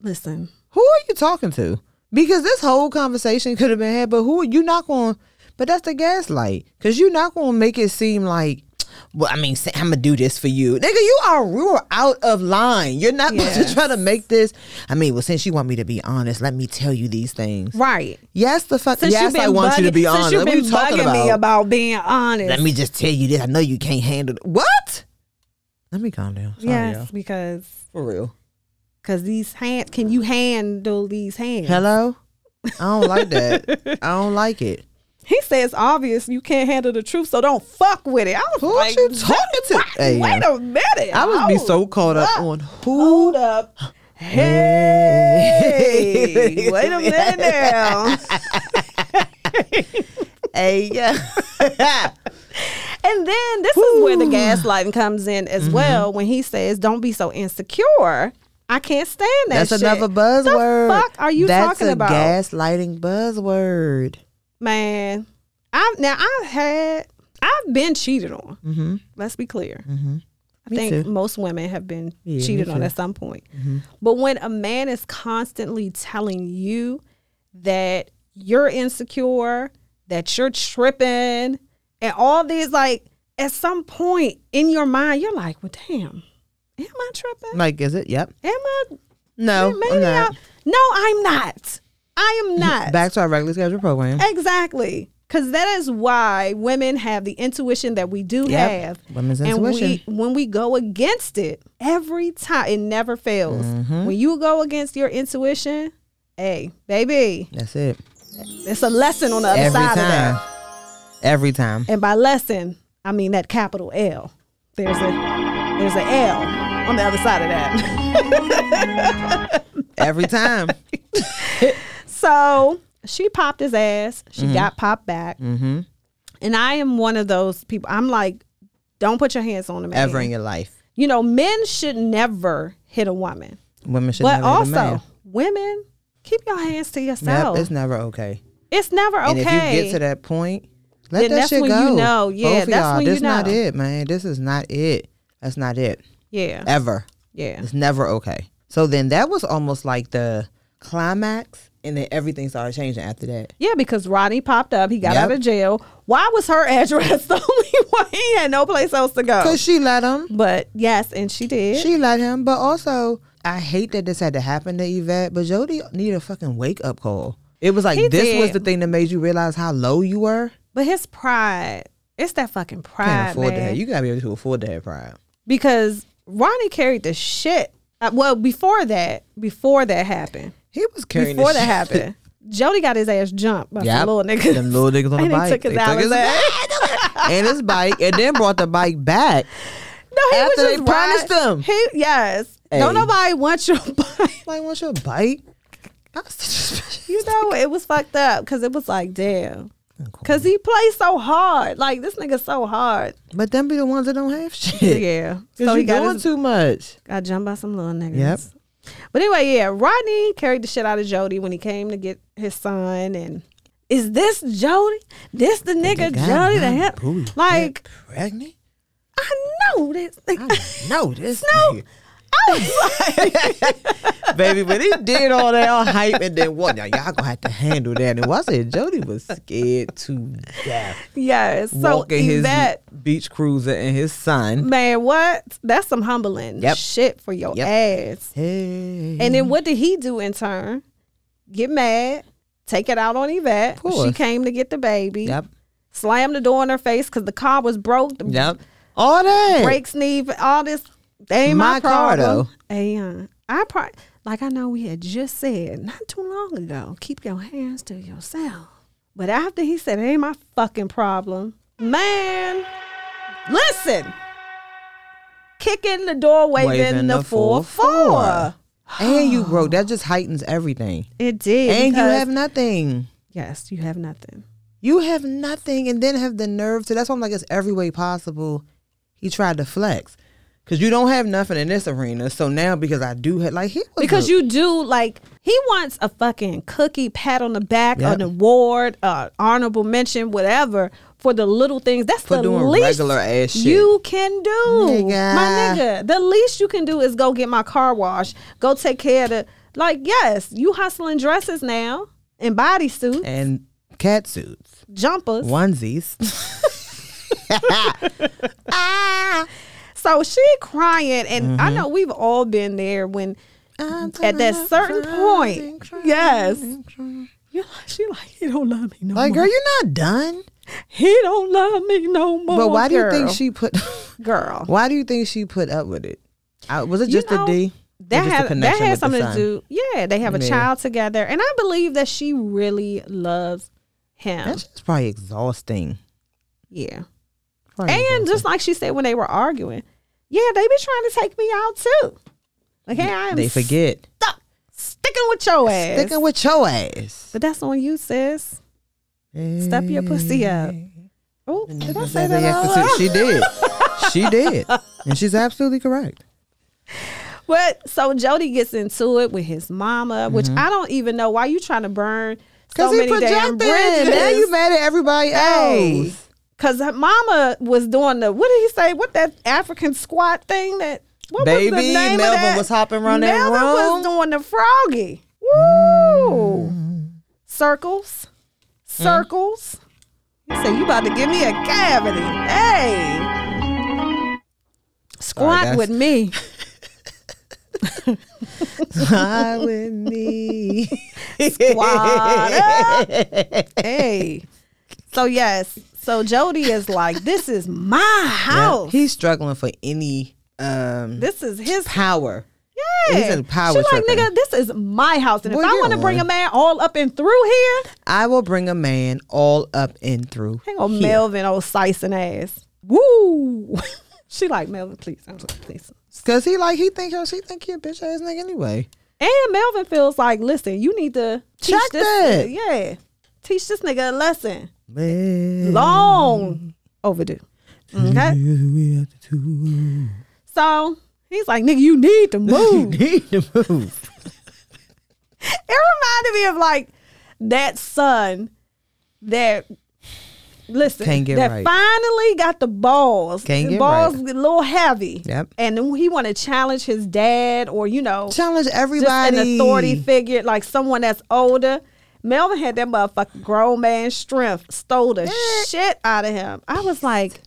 [SPEAKER 1] Listen,
[SPEAKER 2] Who are you talking to? Because this whole conversation could have been had, but who are you not going? But that's the gaslight, because you're not going to make it seem like, well, I mean, I'm gonna do this for you, nigga. You are real out of line. You're not supposed
[SPEAKER 1] Yes.
[SPEAKER 2] to try to make this. I mean, well, since you want me to be honest, let me tell you these things.
[SPEAKER 1] right?
[SPEAKER 2] Yes, the fuck.
[SPEAKER 1] Since
[SPEAKER 2] yes,
[SPEAKER 1] you've been
[SPEAKER 2] I want you to
[SPEAKER 1] bugging-
[SPEAKER 2] be
[SPEAKER 1] since
[SPEAKER 2] honest.
[SPEAKER 1] you've
[SPEAKER 2] What
[SPEAKER 1] been
[SPEAKER 2] are you talking
[SPEAKER 1] bugging me
[SPEAKER 2] about?
[SPEAKER 1] about being honest.
[SPEAKER 2] Let me just tell you this. I know you can't handle it. What? Let me calm down. Sorry,
[SPEAKER 1] yes,
[SPEAKER 2] y'all.
[SPEAKER 1] because
[SPEAKER 2] for real.
[SPEAKER 1] Cause these hands, can you handle these hands?
[SPEAKER 2] Hello? I don't like that. I don't like it.
[SPEAKER 1] He says, obvious, you can't handle the truth, so don't fuck with it. I was
[SPEAKER 2] Who
[SPEAKER 1] like,
[SPEAKER 2] you talking to? Hey,
[SPEAKER 1] wait a minute.
[SPEAKER 2] I would be
[SPEAKER 1] Hold
[SPEAKER 2] so caught up on who.
[SPEAKER 1] Hold up.
[SPEAKER 2] Hey.
[SPEAKER 1] Hey, wait a minute
[SPEAKER 2] [laughs]
[SPEAKER 1] now.
[SPEAKER 2] Hey, yeah.
[SPEAKER 1] And then this is where the gaslighting comes in
[SPEAKER 2] Mm-hmm.
[SPEAKER 1] as well when he says, don't be so insecure. I can't stand that
[SPEAKER 2] [laughs] That's
[SPEAKER 1] shit.
[SPEAKER 2] another buzzword.
[SPEAKER 1] The fuck are you
[SPEAKER 2] That's
[SPEAKER 1] talking
[SPEAKER 2] a
[SPEAKER 1] about?
[SPEAKER 2] gaslighting buzzword.
[SPEAKER 1] man i've now i've had i've been cheated on let's be clear I think
[SPEAKER 2] Mm-hmm. too.
[SPEAKER 1] most women have been
[SPEAKER 2] Yeah, me
[SPEAKER 1] cheated on
[SPEAKER 2] too. Mm-hmm.
[SPEAKER 1] at some point. But when a man is constantly telling you that you're insecure, that you're tripping, and all these, like, at some point in your mind, you're like, well, damn, am I tripping?
[SPEAKER 2] Like, is it? Yep.
[SPEAKER 1] Am I
[SPEAKER 2] No,
[SPEAKER 1] Maybe
[SPEAKER 2] I'm
[SPEAKER 1] I-
[SPEAKER 2] not.
[SPEAKER 1] no, I'm not. I
[SPEAKER 2] [laughs]
[SPEAKER 1] am not.
[SPEAKER 2] Back to our regular schedule program.
[SPEAKER 1] exactly. Because that is why women have the intuition that we do
[SPEAKER 2] Yep.
[SPEAKER 1] have.
[SPEAKER 2] Women's
[SPEAKER 1] and
[SPEAKER 2] intuition.
[SPEAKER 1] We, when we go against it, every time, it never fails.
[SPEAKER 2] Mm-hmm.
[SPEAKER 1] When you go against your intuition, hey, baby,
[SPEAKER 2] That's it.
[SPEAKER 1] it's a lesson on the other
[SPEAKER 2] Every
[SPEAKER 1] side of
[SPEAKER 2] time.
[SPEAKER 1] that.
[SPEAKER 2] Every time.
[SPEAKER 1] And by lesson, I mean that capital L. There's a there's a L on the other side of that. [laughs]
[SPEAKER 2] Every time.
[SPEAKER 1] So she popped his ass. She got popped back. Mm-hmm. And I am one of those people. I'm like, don't put your hands on a man.
[SPEAKER 2] Ever in your life.
[SPEAKER 1] You know, men should never hit a woman.
[SPEAKER 2] Women should
[SPEAKER 1] but
[SPEAKER 2] never hit a man.
[SPEAKER 1] also, women, keep your hands to
[SPEAKER 2] Yep,
[SPEAKER 1] yourself.
[SPEAKER 2] it's never okay.
[SPEAKER 1] it's, never okay.
[SPEAKER 2] And if you get to that point, let
[SPEAKER 1] Then
[SPEAKER 2] that
[SPEAKER 1] that's
[SPEAKER 2] shit
[SPEAKER 1] when you
[SPEAKER 2] go.
[SPEAKER 1] know. Yeah,
[SPEAKER 2] Both of
[SPEAKER 1] that's
[SPEAKER 2] y'all,
[SPEAKER 1] when you
[SPEAKER 2] this not
[SPEAKER 1] know.
[SPEAKER 2] it, man. This is not it. That's not it.
[SPEAKER 1] yeah.
[SPEAKER 2] Ever.
[SPEAKER 1] Yeah.
[SPEAKER 2] It's never okay. So then that was almost like the climax, and then everything started changing after that.
[SPEAKER 1] Yeah, because Rodney popped up. He got
[SPEAKER 2] Yep.
[SPEAKER 1] out of jail. Why was her [laughs] address the only one? He had no place else to go.
[SPEAKER 2] Cause she let him.
[SPEAKER 1] But yes, and she did.
[SPEAKER 2] She let him. But also, I hate that this had to happen to Yvette. But Jody needed a fucking wake up call. It was like
[SPEAKER 1] He
[SPEAKER 2] this
[SPEAKER 1] did.
[SPEAKER 2] was the thing that made you realize how low you were.
[SPEAKER 1] But his pride, it's that fucking
[SPEAKER 2] Can't
[SPEAKER 1] pride,
[SPEAKER 2] afford to
[SPEAKER 1] Ah, man.
[SPEAKER 2] have. You gotta be able to afford to have pride.
[SPEAKER 1] because Ronnie carried the shit. Uh, well, before that, before that happened,
[SPEAKER 2] He was carrying
[SPEAKER 1] before
[SPEAKER 2] the
[SPEAKER 1] that
[SPEAKER 2] shit.
[SPEAKER 1] happened, Jody got his ass jumped by
[SPEAKER 2] Yep.
[SPEAKER 1] some little niggas.
[SPEAKER 2] Them little niggas on the
[SPEAKER 1] [laughs] And he
[SPEAKER 2] bike.
[SPEAKER 1] took his
[SPEAKER 2] They
[SPEAKER 1] Allen's
[SPEAKER 2] [laughs] and his bike, and then brought the bike back.
[SPEAKER 1] No, he
[SPEAKER 2] After
[SPEAKER 1] was
[SPEAKER 2] they
[SPEAKER 1] just
[SPEAKER 2] punished
[SPEAKER 1] riding-
[SPEAKER 2] him.
[SPEAKER 1] He yes. Don't
[SPEAKER 2] Hey.
[SPEAKER 1] nobody want your [laughs] bike.
[SPEAKER 2] Like, what's your bike? I was such
[SPEAKER 1] You know, it was fucked up because it was like, damn. Cause he plays so hard. Like this nigga so hard.
[SPEAKER 2] a- but them be the ones that don't have shit.
[SPEAKER 1] Yeah.
[SPEAKER 2] Cause
[SPEAKER 1] So
[SPEAKER 2] you
[SPEAKER 1] he got
[SPEAKER 2] doing
[SPEAKER 1] his
[SPEAKER 2] too much.
[SPEAKER 1] Got jumped by some little niggas.
[SPEAKER 2] Yep.
[SPEAKER 1] But anyway, yeah, Rodney carried the shit out of Jody when he came to get his son. And is this Jody? This the nigga
[SPEAKER 2] guy
[SPEAKER 1] Jody that
[SPEAKER 2] named
[SPEAKER 1] had
[SPEAKER 2] Booty
[SPEAKER 1] like
[SPEAKER 2] Pregnant?
[SPEAKER 1] I know this.
[SPEAKER 2] I
[SPEAKER 1] Nigga.
[SPEAKER 2] know this. No. [laughs] Baby, but he did all that all hype and then what? Now y'all gonna have to handle that. And I said Jody was scared to death.
[SPEAKER 1] yes. So
[SPEAKER 2] Walking his
[SPEAKER 1] Yvette, Mm.
[SPEAKER 2] beach cruiser and his son.
[SPEAKER 1] man, what? That's some humbling
[SPEAKER 2] Yep.
[SPEAKER 1] shit for your
[SPEAKER 2] Yep. Mm-hmm.
[SPEAKER 1] ass.
[SPEAKER 2] Hey.
[SPEAKER 1] And then what did he do in turn? Get mad, take it out on Yvette. She
[SPEAKER 2] course.
[SPEAKER 1] came to get the baby.
[SPEAKER 2] Yep.
[SPEAKER 1] Slammed the door in her face because the car was broke. The
[SPEAKER 2] Yep. All that.
[SPEAKER 1] brakes need all this. They ain't my,
[SPEAKER 2] My car,
[SPEAKER 1] problem. And I probably like I know we had just said not too long ago. Keep your hands to yourself. But after he said, it "Ain't my fucking problem," man. Listen, kicking the door, waving,
[SPEAKER 2] Waving
[SPEAKER 1] the,
[SPEAKER 2] the
[SPEAKER 1] four
[SPEAKER 2] 4-4.
[SPEAKER 1] four.
[SPEAKER 2] And you broke. That just heightens everything.
[SPEAKER 1] It did.
[SPEAKER 2] And you
[SPEAKER 1] because-
[SPEAKER 2] have nothing.
[SPEAKER 1] yes, you have nothing.
[SPEAKER 2] You have nothing and then have the nerve to. That's why I'm like, it's every way possible. He tried to flex. Because you don't have nothing in this arena. So now, because I do have, like, he was.
[SPEAKER 1] Because
[SPEAKER 2] a-
[SPEAKER 1] you do like he wants a fucking cookie, pat on the back,
[SPEAKER 2] Yep.
[SPEAKER 1] an award, uh, honorable mention, whatever for the little things. That's
[SPEAKER 2] For
[SPEAKER 1] the
[SPEAKER 2] doing
[SPEAKER 1] least
[SPEAKER 2] regular ass shit.
[SPEAKER 1] you can do, my
[SPEAKER 2] Nigga.
[SPEAKER 1] nigga. The least you can do is go get my car washed, go take care of the like. Yes, you hustling dresses now and bodysuit
[SPEAKER 2] And cat suits,
[SPEAKER 1] jumpers.
[SPEAKER 2] onesies. [laughs]
[SPEAKER 1] So she crying, and I know we've all been there when at that certain point, yes. You're like, she like he don't love me no
[SPEAKER 2] Like,
[SPEAKER 1] more.
[SPEAKER 2] girl, you're not done.
[SPEAKER 1] he don't love me no more.
[SPEAKER 2] But why do you think
[SPEAKER 1] girl.
[SPEAKER 2] she put.
[SPEAKER 1] girl?
[SPEAKER 2] Why do you think she put up with it? I, was it
[SPEAKER 1] You
[SPEAKER 2] just
[SPEAKER 1] know,
[SPEAKER 2] a D?
[SPEAKER 1] That
[SPEAKER 2] Or just a
[SPEAKER 1] had that
[SPEAKER 2] connection
[SPEAKER 1] had
[SPEAKER 2] with the
[SPEAKER 1] something to
[SPEAKER 2] son?
[SPEAKER 1] do. Yeah, they have a
[SPEAKER 2] Yeah.
[SPEAKER 1] child together, and I believe that she really loves him.
[SPEAKER 2] That's just probably exhausting.
[SPEAKER 1] yeah,
[SPEAKER 2] Probably
[SPEAKER 1] and
[SPEAKER 2] exhausting.
[SPEAKER 1] just like she said when they were arguing, yeah, they be trying to take me out too. Like, hey, I am
[SPEAKER 2] they forget.
[SPEAKER 1] stuck sticking with your ass.
[SPEAKER 2] Sticking with your ass.
[SPEAKER 1] but that's on you, sis. Step your pussy
[SPEAKER 2] Mm.
[SPEAKER 1] up. Oh, did I say
[SPEAKER 2] Yes,
[SPEAKER 1] that? out
[SPEAKER 2] yes, yes,
[SPEAKER 1] loud? [laughs]
[SPEAKER 2] She did. She did. And she's absolutely correct.
[SPEAKER 1] But so Jody gets into it with his mama, which I don't even know why you trying to burn so
[SPEAKER 2] Mm-hmm. he
[SPEAKER 1] many damn
[SPEAKER 2] projected. Now
[SPEAKER 1] bridges.
[SPEAKER 2] you mad at everybody
[SPEAKER 1] Hey. [laughs]
[SPEAKER 2] else.
[SPEAKER 1] Cause her mama was doing the what did he say? What that African squat thing that what was
[SPEAKER 2] Baby,
[SPEAKER 1] the name of
[SPEAKER 2] Melvin
[SPEAKER 1] that?
[SPEAKER 2] was hopping around that
[SPEAKER 1] Melvin
[SPEAKER 2] room.
[SPEAKER 1] was doing the froggy. Woo!
[SPEAKER 2] Mm.
[SPEAKER 1] Circles, circles. He said, "You about to give me a cavity?" Hey, squat
[SPEAKER 2] that's-
[SPEAKER 1] with me.
[SPEAKER 2] Fly with
[SPEAKER 1] [laughs]
[SPEAKER 2] me. [laughs]
[SPEAKER 1] Squad up. hey. So yes. So Jody is like, this is my house.
[SPEAKER 2] He's struggling for any um
[SPEAKER 1] this is his
[SPEAKER 2] power.
[SPEAKER 1] head.
[SPEAKER 2] he's in power
[SPEAKER 1] She like,
[SPEAKER 2] tripping.
[SPEAKER 1] nigga, this is my house. And
[SPEAKER 2] Well,
[SPEAKER 1] if I
[SPEAKER 2] yeah.
[SPEAKER 1] want to bring a man all up and through here,
[SPEAKER 2] I will bring a man all up and through.
[SPEAKER 1] hang on,
[SPEAKER 2] here.
[SPEAKER 1] Melvin old sicing ass. Woo. [laughs] she like, Melvin, please. I'm like, please.
[SPEAKER 2] Cause he like he think she think he a bitch ass nigga anyway.
[SPEAKER 1] And Melvin feels like, listen, you need to teach
[SPEAKER 2] Check
[SPEAKER 1] this
[SPEAKER 2] that.
[SPEAKER 1] nigga- Yeah. Teach this nigga a lesson.
[SPEAKER 2] Man,
[SPEAKER 1] Long overdue. Okay.
[SPEAKER 2] here's what we have to do.
[SPEAKER 1] So he's like, nigga, you need
[SPEAKER 2] [laughs]
[SPEAKER 1] to move.
[SPEAKER 2] Need to move.
[SPEAKER 1] It reminded me of like that son that listen
[SPEAKER 2] Can't get
[SPEAKER 1] that
[SPEAKER 2] right.
[SPEAKER 1] finally got the balls.
[SPEAKER 2] Can't
[SPEAKER 1] The
[SPEAKER 2] get
[SPEAKER 1] balls
[SPEAKER 2] right.
[SPEAKER 1] get a little heavy.
[SPEAKER 2] Yep.
[SPEAKER 1] And then he want to challenge his dad or you know
[SPEAKER 2] Challenge
[SPEAKER 1] just
[SPEAKER 2] everybody.
[SPEAKER 1] an authority figure like someone that's older. Melvin had that motherfucking grown man strength, stole the shit out of him. I was like,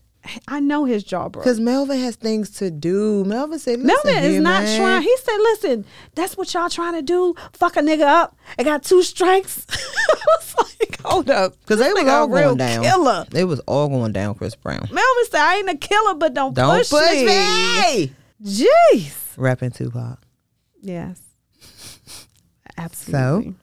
[SPEAKER 1] I know his jaw broke.
[SPEAKER 2] Cause Melvin has things to do. Melvin said, Listen
[SPEAKER 1] Melvin is
[SPEAKER 2] here,
[SPEAKER 1] not
[SPEAKER 2] man.
[SPEAKER 1] trying. He said, "Listen, that's what y'all trying to do. Fuck a nigga up. I got two strikes." [laughs] I was like, "Hold up,"
[SPEAKER 2] Cause they
[SPEAKER 1] This
[SPEAKER 2] was
[SPEAKER 1] nigga a
[SPEAKER 2] all
[SPEAKER 1] real
[SPEAKER 2] going down.
[SPEAKER 1] Killer.
[SPEAKER 2] They was all going down, Chris Brown.
[SPEAKER 1] Melvin said, "I ain't a killer, but don't,
[SPEAKER 2] Don't push,
[SPEAKER 1] push, me."
[SPEAKER 2] me.
[SPEAKER 1] Jeez.
[SPEAKER 2] Rapping Tupac. [laughs]
[SPEAKER 1] Yes.
[SPEAKER 2] So
[SPEAKER 1] Absolutely.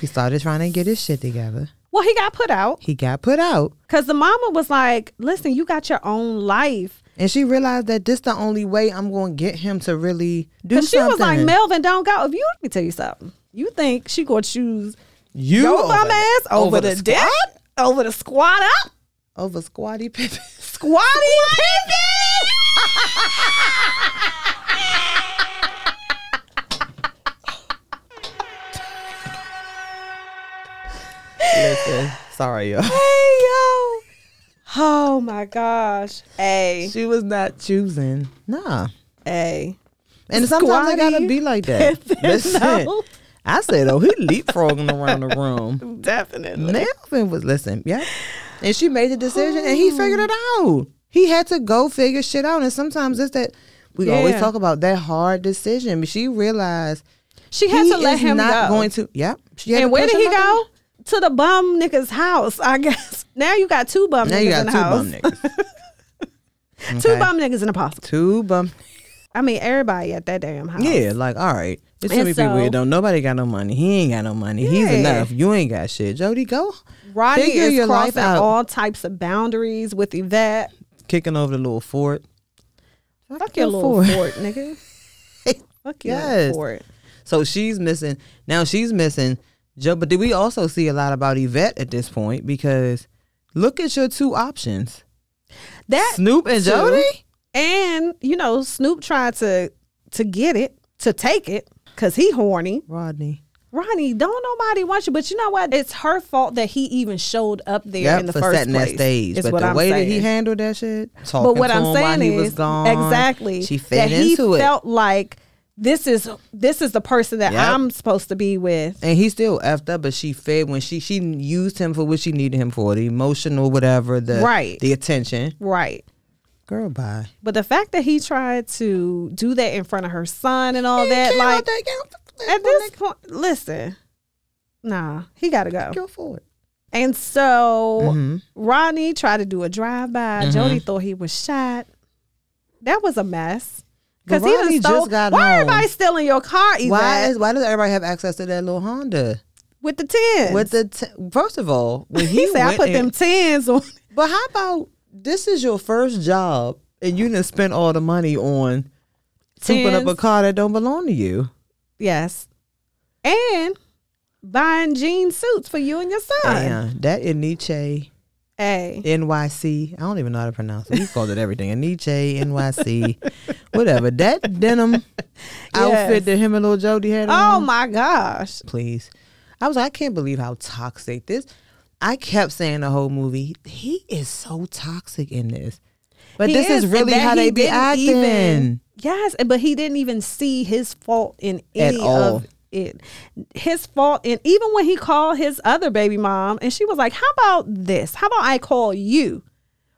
[SPEAKER 2] he started trying to get his shit together.
[SPEAKER 1] well, he got put out
[SPEAKER 2] He got put out,
[SPEAKER 1] because the mama was like, "Listen, you got your own life."
[SPEAKER 2] and she realized that this the only way I'm going to get him to really do
[SPEAKER 1] Because she
[SPEAKER 2] something.
[SPEAKER 1] was like, "Melvin, don't go." If you let me tell you something, you think she gonna choose
[SPEAKER 2] you
[SPEAKER 1] your
[SPEAKER 2] over
[SPEAKER 1] bum
[SPEAKER 2] the-
[SPEAKER 1] ass over, the,
[SPEAKER 2] squ-
[SPEAKER 1] dick, over the squat up?
[SPEAKER 2] over Squatty Pippen.
[SPEAKER 1] Squatty Pippen.
[SPEAKER 2] [laughs] Listen, sorry y'all. [laughs]
[SPEAKER 1] Hey yo. Oh my gosh. Hey.
[SPEAKER 2] She was not choosing. Nah.
[SPEAKER 1] Hey.
[SPEAKER 2] And sometimes I gotta be like that.
[SPEAKER 1] [laughs]
[SPEAKER 2] Listen,
[SPEAKER 1] No.
[SPEAKER 2] I said, oh, he leapfrogging around the
[SPEAKER 1] [laughs]
[SPEAKER 2] room.
[SPEAKER 1] Definitely.
[SPEAKER 2] Melvin was listen, yeah. And she made the decision, and
[SPEAKER 1] Oh.
[SPEAKER 2] he figured it out. He had to go figure shit out. And sometimes it's that we always
[SPEAKER 1] Yeah.
[SPEAKER 2] talk about that hard decision. But she realized
[SPEAKER 1] She had
[SPEAKER 2] he
[SPEAKER 1] to let
[SPEAKER 2] is
[SPEAKER 1] him
[SPEAKER 2] not
[SPEAKER 1] go.
[SPEAKER 2] going to. Yep. She had
[SPEAKER 1] and
[SPEAKER 2] to
[SPEAKER 1] where
[SPEAKER 2] push
[SPEAKER 1] did he
[SPEAKER 2] him out
[SPEAKER 1] go? To the bum nigga's house, I guess. [laughs] Now you got two bum
[SPEAKER 2] the- Now
[SPEAKER 1] niggas
[SPEAKER 2] you got
[SPEAKER 1] in
[SPEAKER 2] two
[SPEAKER 1] the house.
[SPEAKER 2] bum
[SPEAKER 1] [laughs]
[SPEAKER 2] niggas.
[SPEAKER 1] Two
[SPEAKER 2] Okay.
[SPEAKER 1] bum niggas in a posse.
[SPEAKER 2] two bum.
[SPEAKER 1] I mean, everybody at that damn house.
[SPEAKER 2] Yeah, like all right. There's so
[SPEAKER 1] And
[SPEAKER 2] many people
[SPEAKER 1] so-
[SPEAKER 2] here. Don't nobody got no money. He ain't got no money. He's
[SPEAKER 1] Yeah.
[SPEAKER 2] enough. You ain't got shit. Jody, go
[SPEAKER 1] Rodney
[SPEAKER 2] figure
[SPEAKER 1] is
[SPEAKER 2] your life
[SPEAKER 1] crossing
[SPEAKER 2] out.
[SPEAKER 1] all types of boundaries with Yvette.
[SPEAKER 2] kicking over the little fort.
[SPEAKER 1] Fuck your
[SPEAKER 2] your
[SPEAKER 1] little
[SPEAKER 2] fort.
[SPEAKER 1] fort,
[SPEAKER 2] [laughs]
[SPEAKER 1] nigga. Fuck your
[SPEAKER 2] Yes.
[SPEAKER 1] little fort.
[SPEAKER 2] So she's missing now. She's missing Joe. But did we also see a lot about Yvette at this point? Because look at your two options:
[SPEAKER 1] That
[SPEAKER 2] Snoop and
[SPEAKER 1] too.
[SPEAKER 2] Jody.
[SPEAKER 1] And you know, Snoop tried to to get it, to take it, cause he horny.
[SPEAKER 2] Rodney.
[SPEAKER 1] Ronnie, don't nobody want you. But you know what? It's her fault that he even showed up there
[SPEAKER 2] Yep,
[SPEAKER 1] in the
[SPEAKER 2] for
[SPEAKER 1] first
[SPEAKER 2] setting
[SPEAKER 1] place.
[SPEAKER 2] that stage.
[SPEAKER 1] Is
[SPEAKER 2] but
[SPEAKER 1] what
[SPEAKER 2] the
[SPEAKER 1] I'm
[SPEAKER 2] way
[SPEAKER 1] saying.
[SPEAKER 2] that he handled that shit, talking
[SPEAKER 1] but what
[SPEAKER 2] to
[SPEAKER 1] I'm
[SPEAKER 2] him
[SPEAKER 1] saying
[SPEAKER 2] while
[SPEAKER 1] is
[SPEAKER 2] he was gone,
[SPEAKER 1] exactly
[SPEAKER 2] She fed
[SPEAKER 1] that he
[SPEAKER 2] into it,
[SPEAKER 1] felt like this is this is the person that
[SPEAKER 2] Yep.
[SPEAKER 1] I'm supposed to be with.
[SPEAKER 2] and he still effed up. But she fed when she she used him for what she needed him for the emotional whatever the
[SPEAKER 1] Right.
[SPEAKER 2] the attention.
[SPEAKER 1] Right.
[SPEAKER 2] Girl, bye.
[SPEAKER 1] But the fact that he tried to do that in front of her son and all that, like at this point, listen, nah, he gotta go.
[SPEAKER 2] go for it.
[SPEAKER 1] And so
[SPEAKER 2] Mm-hmm.
[SPEAKER 1] Ronnie tried to do a drive by. Jody thought he was shot. That was a mess. Because
[SPEAKER 2] But
[SPEAKER 1] he done
[SPEAKER 2] Ronnie
[SPEAKER 1] stole.
[SPEAKER 2] just got
[SPEAKER 1] why
[SPEAKER 2] home.
[SPEAKER 1] everybody stealing your car? Yvette,
[SPEAKER 2] Why is why does everybody have access to that little Honda?
[SPEAKER 1] with the tens?
[SPEAKER 2] With the t- first of all,
[SPEAKER 1] [laughs]
[SPEAKER 2] when
[SPEAKER 1] he,
[SPEAKER 2] he,
[SPEAKER 1] said, "I
[SPEAKER 2] went
[SPEAKER 1] put
[SPEAKER 2] in-
[SPEAKER 1] them tens on."
[SPEAKER 2] [laughs] But how about this is your first job and you didn't spend all the money on souping up a
[SPEAKER 1] Tens.
[SPEAKER 2] car that don't belong to you?
[SPEAKER 1] Yes, and buying jean suits for you and your son.
[SPEAKER 2] Damn, that Eniche
[SPEAKER 1] Hey,
[SPEAKER 2] NYC. I don't even know how to pronounce it. We called it everything. Eniche
[SPEAKER 1] [laughs]
[SPEAKER 2] NYC, whatever. That denim outfit that him and little Jody had.
[SPEAKER 1] oh
[SPEAKER 2] on.
[SPEAKER 1] my gosh,
[SPEAKER 2] please. I was like, I can't believe how toxic this. I kept saying the whole movie, he is so toxic in this. But
[SPEAKER 1] He
[SPEAKER 2] this is,
[SPEAKER 1] and
[SPEAKER 2] really
[SPEAKER 1] that
[SPEAKER 2] how
[SPEAKER 1] he
[SPEAKER 2] they be
[SPEAKER 1] didn't
[SPEAKER 2] acting.
[SPEAKER 1] even- yes, and- but he didn't even see his fault in
[SPEAKER 2] At
[SPEAKER 1] any
[SPEAKER 2] all.
[SPEAKER 1] of it. His fault, and even when he called his other baby mom, and she was like, "How about this? How about I call you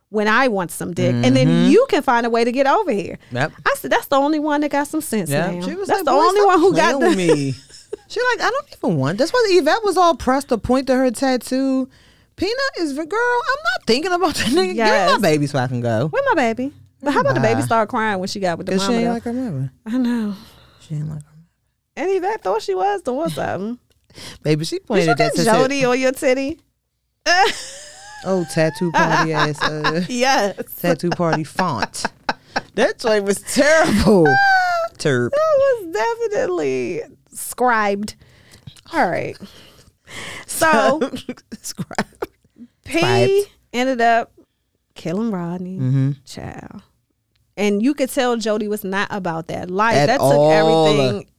[SPEAKER 1] when I want some dick, and then you can find a way to get over here."
[SPEAKER 2] Mm-hmm. Yep.
[SPEAKER 1] I said, "That's the only one that got some sense."
[SPEAKER 2] Yeah,
[SPEAKER 1] ma'am.
[SPEAKER 2] she was
[SPEAKER 1] That's
[SPEAKER 2] like,
[SPEAKER 1] the
[SPEAKER 2] "Boy,
[SPEAKER 1] only
[SPEAKER 2] stop
[SPEAKER 1] one who got
[SPEAKER 2] playing
[SPEAKER 1] the
[SPEAKER 2] with me. [laughs] She like, I don't even want. That's why Yvette was all pressed to point to her tattoo. Peanut is girl. I'm not thinking about that nigga. Yes.
[SPEAKER 1] Yes.
[SPEAKER 2] my baby so I can go.
[SPEAKER 1] [laughs] Where my baby? But how about the baby
[SPEAKER 2] Bye.
[SPEAKER 1] started crying when she got with the
[SPEAKER 2] Cause she
[SPEAKER 1] mama?
[SPEAKER 2] ain't
[SPEAKER 1] though?
[SPEAKER 2] like her mother.
[SPEAKER 1] I know.
[SPEAKER 2] She ain't like her. mother.
[SPEAKER 1] And Yvette thought she was doing something.
[SPEAKER 2] Baby, she
[SPEAKER 1] Did you
[SPEAKER 2] pointed that
[SPEAKER 1] get
[SPEAKER 2] tattoo.
[SPEAKER 1] Jody on your titty?
[SPEAKER 2] Oh, tattoo party ass. Uh,
[SPEAKER 1] Yes.
[SPEAKER 2] tattoo party font. That toy was [laughs] terrible. Terp.
[SPEAKER 1] That was definitely scribed. All right.
[SPEAKER 2] [laughs]
[SPEAKER 1] So
[SPEAKER 2] Scribe.
[SPEAKER 1] P
[SPEAKER 2] Scribed. Mm-hmm.
[SPEAKER 1] ended up killing Rodney. Child. And you could tell Jody was not about that life.
[SPEAKER 2] At
[SPEAKER 1] that took
[SPEAKER 2] all.
[SPEAKER 1] everything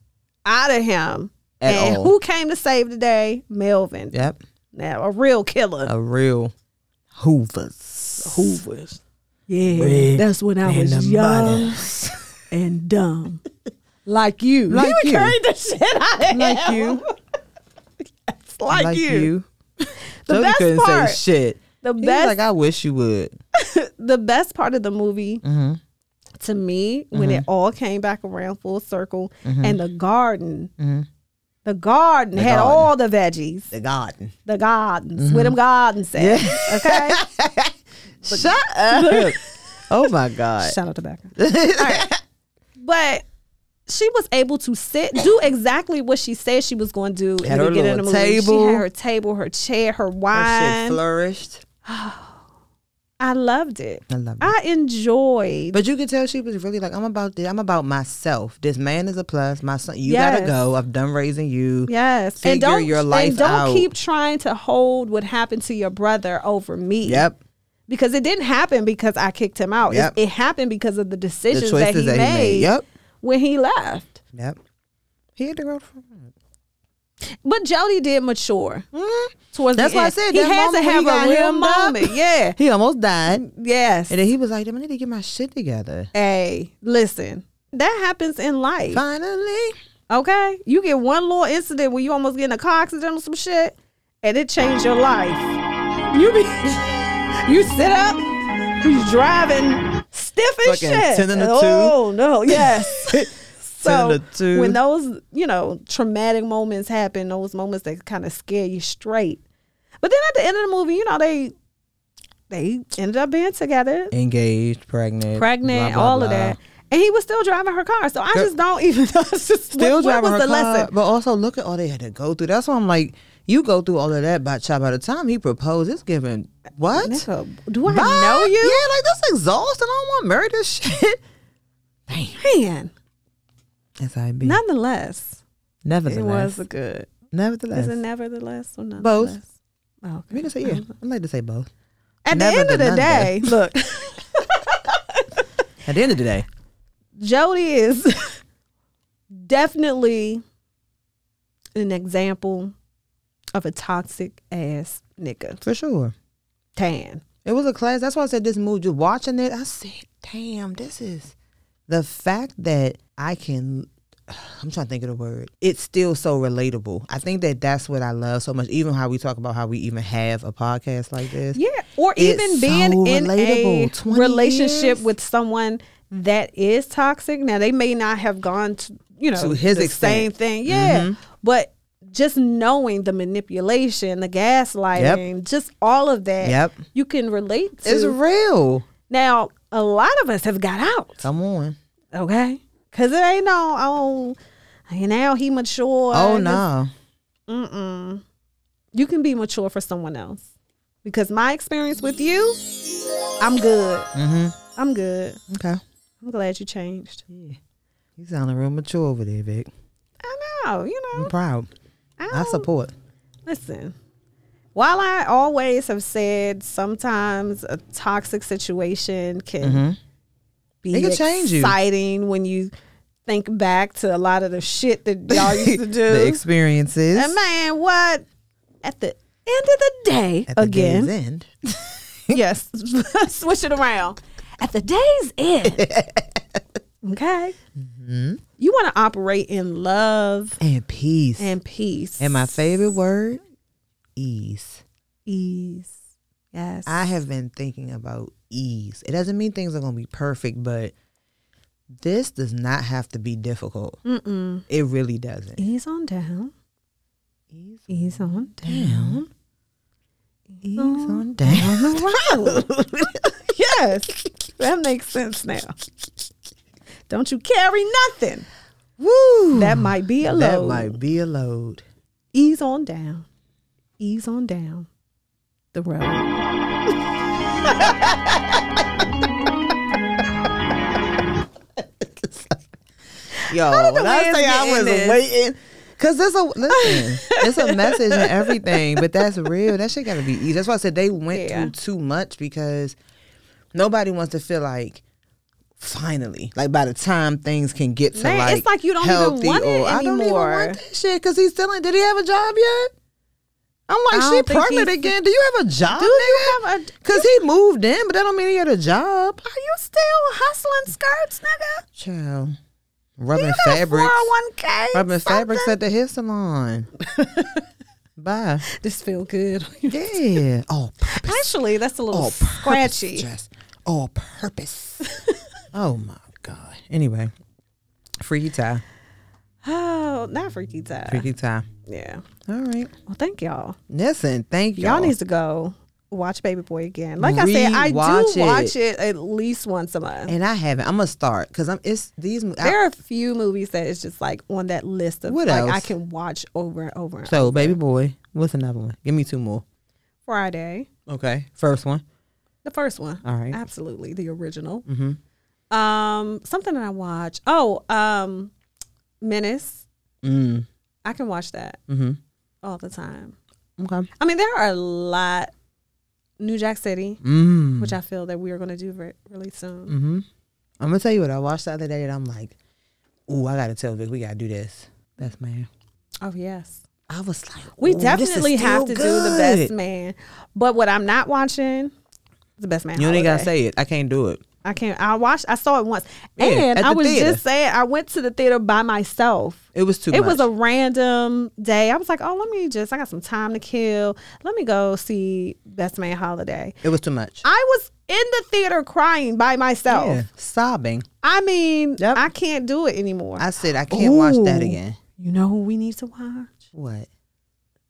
[SPEAKER 1] out of him.
[SPEAKER 2] At
[SPEAKER 1] and
[SPEAKER 2] all.
[SPEAKER 1] who came to save the day? Melvin.
[SPEAKER 2] Yep.
[SPEAKER 1] Now a real killer.
[SPEAKER 2] A real Hoovers. Hoovers.
[SPEAKER 1] Yeah, that's when I was young and dumb. Like you.
[SPEAKER 2] [laughs] Like
[SPEAKER 1] he would
[SPEAKER 2] you.
[SPEAKER 1] carry the shit out of
[SPEAKER 2] Like
[SPEAKER 1] him. [laughs]
[SPEAKER 2] you.
[SPEAKER 1] It's like, you. [laughs] The
[SPEAKER 2] Jody
[SPEAKER 1] best
[SPEAKER 2] couldn't
[SPEAKER 1] part.
[SPEAKER 2] say shit.
[SPEAKER 1] The
[SPEAKER 2] He was
[SPEAKER 1] best
[SPEAKER 2] like, I wish you would.
[SPEAKER 1] the best part of the movie
[SPEAKER 2] Mm-hmm.
[SPEAKER 1] to me when it all came back around full circle
[SPEAKER 2] Mm-hmm.
[SPEAKER 1] and the garden. The garden had
[SPEAKER 2] garden. Mm-hmm.
[SPEAKER 1] all the veggies.
[SPEAKER 2] The garden.
[SPEAKER 1] The gardens. Where them gardens at.
[SPEAKER 2] [laughs]
[SPEAKER 1] Okay.
[SPEAKER 2] Shut up. oh
[SPEAKER 1] [laughs]
[SPEAKER 2] my God.
[SPEAKER 1] Shout out to
[SPEAKER 2] [laughs]
[SPEAKER 1] Becca. All right. But she was able to sit, do exactly what she said she was going to do
[SPEAKER 2] Had her
[SPEAKER 1] the beginning of
[SPEAKER 2] little
[SPEAKER 1] the movie. She
[SPEAKER 2] table.
[SPEAKER 1] had her table, her chair, her
[SPEAKER 2] That shit
[SPEAKER 1] wine.
[SPEAKER 2] flourished.
[SPEAKER 1] I loved it.
[SPEAKER 2] I loved it.
[SPEAKER 1] I enjoyed.
[SPEAKER 2] But you could tell she was really like, I'm about this. I'm about myself. This man is a plus. My son, you gotta
[SPEAKER 1] Yes.
[SPEAKER 2] go. I've done raising you.
[SPEAKER 1] yes, and
[SPEAKER 2] figure
[SPEAKER 1] don't
[SPEAKER 2] your life
[SPEAKER 1] and don't
[SPEAKER 2] out.
[SPEAKER 1] keep trying to hold what happened to your brother over me.
[SPEAKER 2] Yep.
[SPEAKER 1] because it didn't happen because I kicked him out. It-
[SPEAKER 2] Yep.
[SPEAKER 1] It, happened because of the
[SPEAKER 2] The
[SPEAKER 1] decisions
[SPEAKER 2] choices
[SPEAKER 1] that, he, made
[SPEAKER 2] Yep.
[SPEAKER 1] when he left.
[SPEAKER 2] Yep. He had to grow. from-
[SPEAKER 1] But Jody did mature
[SPEAKER 2] Mm-hmm.
[SPEAKER 1] towards
[SPEAKER 2] That's
[SPEAKER 1] the
[SPEAKER 2] why I
[SPEAKER 1] end.
[SPEAKER 2] said
[SPEAKER 1] he
[SPEAKER 2] that
[SPEAKER 1] had to
[SPEAKER 2] moment when
[SPEAKER 1] have
[SPEAKER 2] he
[SPEAKER 1] a
[SPEAKER 2] got
[SPEAKER 1] real
[SPEAKER 2] hemmed up.
[SPEAKER 1] moment. Yeah.
[SPEAKER 2] He almost died.
[SPEAKER 1] Yes.
[SPEAKER 2] And then he was like, "Damn, I need to get my shit together.
[SPEAKER 1] Hey, listen. That happens in life.
[SPEAKER 2] Finally.
[SPEAKER 1] Okay? You get one little incident where you almost get in a car accident or some shit, and it changed your life. You be [laughs] you sit up, you driving stiff as
[SPEAKER 2] Fucking
[SPEAKER 1] shit.
[SPEAKER 2] 10 and a
[SPEAKER 1] oh
[SPEAKER 2] [laughs]
[SPEAKER 1] no, yes. So
[SPEAKER 2] and a two.
[SPEAKER 1] when those, you know, traumatic moments happen, those moments that kind of scare you straight. But then at the end of the movie, you know, they they ended up being together
[SPEAKER 2] Engaged, pregnant,
[SPEAKER 1] pregnant,
[SPEAKER 2] blah, blah,
[SPEAKER 1] all of
[SPEAKER 2] blah.
[SPEAKER 1] that. And he was still driving her car. So I just don't [laughs] even know. It's just,
[SPEAKER 2] Still
[SPEAKER 1] what, what
[SPEAKER 2] driving
[SPEAKER 1] was
[SPEAKER 2] her
[SPEAKER 1] the
[SPEAKER 2] car,
[SPEAKER 1] lesson?
[SPEAKER 2] but also look at all they had to go through. That's why I'm like, you go through all of that. By child, by the time he proposed, it's giving what?
[SPEAKER 1] Nigga, do I
[SPEAKER 2] Bye.
[SPEAKER 1] know you?
[SPEAKER 2] Yeah, like that's exhausting. I don't want to marry this [laughs] shit.
[SPEAKER 1] Man,
[SPEAKER 2] That's how it be.
[SPEAKER 1] nonetheless, it
[SPEAKER 2] nevertheless,
[SPEAKER 1] was a good. Is
[SPEAKER 2] nevertheless,
[SPEAKER 1] it nevertheless or nonetheless?
[SPEAKER 2] both.
[SPEAKER 1] Oh, okay.
[SPEAKER 2] We can say [laughs] yeah. I like to say both.
[SPEAKER 1] At the
[SPEAKER 2] Never
[SPEAKER 1] end of
[SPEAKER 2] the
[SPEAKER 1] the
[SPEAKER 2] none
[SPEAKER 1] day, look,
[SPEAKER 2] At the end of the day,
[SPEAKER 1] Jody is [laughs] definitely an example of a toxic ass nigga.
[SPEAKER 2] for sure,
[SPEAKER 1] Tan.
[SPEAKER 2] it was a class. That's why I said this movie. Just watching it, I said, "Damn, this is the fact that I can." [sighs] I'm trying to think of the word. It's still so relatable. I think that that's what I love so much. Even how we talk about how we even have a podcast like this.
[SPEAKER 1] Yeah, or
[SPEAKER 2] It's
[SPEAKER 1] even
[SPEAKER 2] so
[SPEAKER 1] being in
[SPEAKER 2] relatable.
[SPEAKER 1] a
[SPEAKER 2] 20
[SPEAKER 1] relationship
[SPEAKER 2] years?
[SPEAKER 1] with someone that is toxic. Now they may not have gone to you know
[SPEAKER 2] To his
[SPEAKER 1] the
[SPEAKER 2] extent. Mm-hmm.
[SPEAKER 1] same thing, yeah. But just knowing the manipulation, the gaslighting, just all of that,
[SPEAKER 2] Yep.
[SPEAKER 1] you can relate to.
[SPEAKER 2] It's real.
[SPEAKER 1] now a lot of us have got out,
[SPEAKER 2] Come on.
[SPEAKER 1] okay, because it ain't no oh. And now he mature.
[SPEAKER 2] Oh
[SPEAKER 1] and this-
[SPEAKER 2] no.
[SPEAKER 1] you can be mature for someone else because my experience with you i'm good i'm good
[SPEAKER 2] Okay.
[SPEAKER 1] i'm glad you changed
[SPEAKER 2] You sounding real mature over there, Vic.
[SPEAKER 1] i know you know
[SPEAKER 2] I'm proud.
[SPEAKER 1] I
[SPEAKER 2] I
[SPEAKER 1] don't-
[SPEAKER 2] support.
[SPEAKER 1] listen while i always have said sometimes a toxic situation can be
[SPEAKER 2] It can change you.
[SPEAKER 1] exciting when you think back to a lot of the shit that y'all used to do
[SPEAKER 2] the experiences.
[SPEAKER 1] And man, what at the end of the day,
[SPEAKER 2] At the
[SPEAKER 1] again,
[SPEAKER 2] day's end.
[SPEAKER 1] [laughs] yes, switch it around at the day's
[SPEAKER 2] [laughs]
[SPEAKER 1] end. okay,
[SPEAKER 2] Mm-hmm.
[SPEAKER 1] you want to operate in love
[SPEAKER 2] And peace. And,
[SPEAKER 1] and peace
[SPEAKER 2] my favorite word, ease.
[SPEAKER 1] ease. Yes,
[SPEAKER 2] I have been thinking about ease. It doesn't mean things are going to be perfect, but this does not have to be difficult.
[SPEAKER 1] Mm-mm.
[SPEAKER 2] It really doesn't.
[SPEAKER 1] ease on down,
[SPEAKER 2] Ease,
[SPEAKER 1] ease on down,
[SPEAKER 2] ease on down.
[SPEAKER 1] on the
[SPEAKER 2] [laughs]
[SPEAKER 1] road. yes, that makes sense now. Don't you carry nothing.
[SPEAKER 2] Woo!
[SPEAKER 1] That might be a load.
[SPEAKER 2] [laughs] That might be a load.
[SPEAKER 1] ease on down, ease on down the road.
[SPEAKER 2] Yo, when I
[SPEAKER 1] man's
[SPEAKER 2] say I
[SPEAKER 1] getting
[SPEAKER 2] was
[SPEAKER 1] this?
[SPEAKER 2] waiting, cause there's a listen,
[SPEAKER 1] [laughs]
[SPEAKER 2] it's a message and everything, but that's real. That shit gotta be easy. That's why I said they went
[SPEAKER 1] Yeah.
[SPEAKER 2] through too much because nobody wants to feel like finally, like by the time things can get to
[SPEAKER 1] Man,
[SPEAKER 2] like,
[SPEAKER 1] it's like you don't even
[SPEAKER 2] healthy
[SPEAKER 1] want it
[SPEAKER 2] or I don't even
[SPEAKER 1] anymore.
[SPEAKER 2] want that shit because he's still in. Did he have a job yet? I'm
[SPEAKER 1] I
[SPEAKER 2] like,
[SPEAKER 1] don't
[SPEAKER 2] she
[SPEAKER 1] think
[SPEAKER 2] pregnant
[SPEAKER 1] he's-
[SPEAKER 2] again. Do you have a job?
[SPEAKER 1] Do you have a?
[SPEAKER 2] Cause he moved in, but that don't mean he had a job.
[SPEAKER 1] Are you still hustling skirts, nigga?
[SPEAKER 2] Child, rubbing
[SPEAKER 1] You got
[SPEAKER 2] fabrics.
[SPEAKER 1] four hundred one k.
[SPEAKER 2] Rubbing fabrics at the hair salon. Bye.
[SPEAKER 1] This feel
[SPEAKER 2] [laughs]
[SPEAKER 1] good.
[SPEAKER 2] Yeah. All purpose.
[SPEAKER 1] Actually, that's a little
[SPEAKER 2] All purpose
[SPEAKER 1] scratchy.
[SPEAKER 2] dress. All [laughs] purpose. oh my God. Anyway, freaky tie.
[SPEAKER 1] Oh, not freaky time.
[SPEAKER 2] Freaky tie.
[SPEAKER 1] Yeah.
[SPEAKER 2] All right.
[SPEAKER 1] Well, thank y'all.
[SPEAKER 2] Listen, thank y'all.
[SPEAKER 1] Y'all needs to go watch Baby Boy again. Like I said, I
[SPEAKER 2] Rewatch
[SPEAKER 1] do
[SPEAKER 2] it.
[SPEAKER 1] watch it at least once a month.
[SPEAKER 2] and I haven't. I'm gonna start because I'm. It's these. I-
[SPEAKER 1] there are a few movies that is just like on that list of
[SPEAKER 2] What
[SPEAKER 1] like I
[SPEAKER 2] else?
[SPEAKER 1] can watch over and over. And
[SPEAKER 2] so,
[SPEAKER 1] over.
[SPEAKER 2] baby boy. What's another one? Give me two more.
[SPEAKER 1] Friday,
[SPEAKER 2] Okay. First one.
[SPEAKER 1] the first one.
[SPEAKER 2] All right. Mm-hmm.
[SPEAKER 1] Absolutely, the original. Um, something that I watch. Oh, um, Menace.
[SPEAKER 2] Mm.
[SPEAKER 1] I can watch that
[SPEAKER 2] Mhm.
[SPEAKER 1] all the time.
[SPEAKER 2] Okay.
[SPEAKER 1] I mean, there are a lot. New Jack City,
[SPEAKER 2] Mm.
[SPEAKER 1] which I feel that we are going to do re- really soon.
[SPEAKER 2] hmm I'm gonna tell you what I watched the other day, and I'm like, "Ooh, I gotta tell Vic, we gotta do this." Best man.
[SPEAKER 1] Oh yes,
[SPEAKER 2] I was like,
[SPEAKER 1] we
[SPEAKER 2] "Ooh, this is
[SPEAKER 1] definitely have to
[SPEAKER 2] still
[SPEAKER 1] do the best
[SPEAKER 2] good."
[SPEAKER 1] man. But what I'm not watching, the best man.
[SPEAKER 2] You ain't gotta
[SPEAKER 1] Holiday.
[SPEAKER 2] say it. I can't do it.
[SPEAKER 1] I can't. I watched. I saw it once,
[SPEAKER 2] Yeah,
[SPEAKER 1] and
[SPEAKER 2] at
[SPEAKER 1] I
[SPEAKER 2] the
[SPEAKER 1] was
[SPEAKER 2] theater.
[SPEAKER 1] just saying I went to the theater by myself.
[SPEAKER 2] It was too.
[SPEAKER 1] it was
[SPEAKER 2] much.
[SPEAKER 1] a random day. I was like, oh, let me just. I got some time to kill. Let me go see Best Man Holiday.
[SPEAKER 2] It was too much.
[SPEAKER 1] I was in the theater crying by myself.
[SPEAKER 2] Yeah, sobbing.
[SPEAKER 1] I mean,
[SPEAKER 2] Yep.
[SPEAKER 1] I can't do it anymore.
[SPEAKER 2] I said I can't watch that
[SPEAKER 1] Ooh.
[SPEAKER 2] again.
[SPEAKER 1] you know who we need to watch?
[SPEAKER 2] What?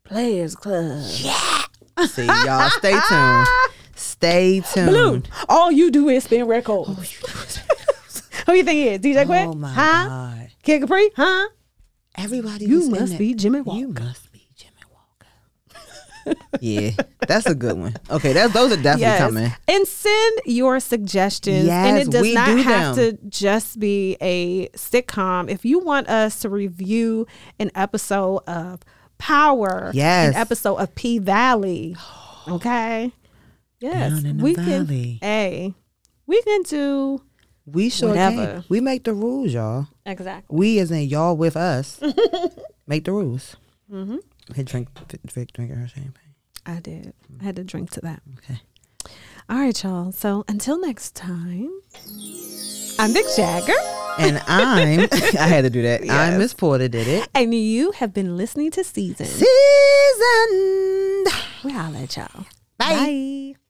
[SPEAKER 1] Players Club. [laughs]
[SPEAKER 2] See y'all. Stay tuned. Stay tuned.
[SPEAKER 1] Blue. All you do is spin records. [laughs] who you think he is? DJ Quick?
[SPEAKER 2] Oh my
[SPEAKER 1] huh?
[SPEAKER 2] god.
[SPEAKER 1] Kid Capri? Huh?
[SPEAKER 2] Everybody,
[SPEAKER 1] You
[SPEAKER 2] was in
[SPEAKER 1] must
[SPEAKER 2] that-
[SPEAKER 1] be Jimmy
[SPEAKER 2] You
[SPEAKER 1] Walker.
[SPEAKER 2] must be Jimmy Walker. [laughs] yeah, that's a good one. Okay, that's those are definitely coming.
[SPEAKER 1] And send your suggestions. and
[SPEAKER 2] Yes,
[SPEAKER 1] it does
[SPEAKER 2] we
[SPEAKER 1] not
[SPEAKER 2] do
[SPEAKER 1] have
[SPEAKER 2] them.
[SPEAKER 1] to just be a sitcom. If you want us to review an episode of Power,
[SPEAKER 2] Yes.
[SPEAKER 1] an episode of P
[SPEAKER 2] [gasps]
[SPEAKER 1] Valley, okay? Yes,
[SPEAKER 2] Down in the
[SPEAKER 1] we
[SPEAKER 2] valley.
[SPEAKER 1] can. Hey, we can do
[SPEAKER 2] We sure
[SPEAKER 1] Whatever.
[SPEAKER 2] can. We make the rules, y'all.
[SPEAKER 1] exactly.
[SPEAKER 2] We as in y'all with [laughs] us. make the rules. Mm-hmm. Hey, drink, drink, drink her champagne.
[SPEAKER 1] I did. I had to drink to that.
[SPEAKER 2] Okay.
[SPEAKER 1] All right, y'all. So until next time, I'm Vic Jagger.
[SPEAKER 2] And I'm, [laughs] I had to do that. I'm Miss Porter. Did it.
[SPEAKER 1] And you have been listening to Season.
[SPEAKER 2] Seasoned.
[SPEAKER 1] We'll holler at y'all.
[SPEAKER 2] Bye.
[SPEAKER 1] Bye.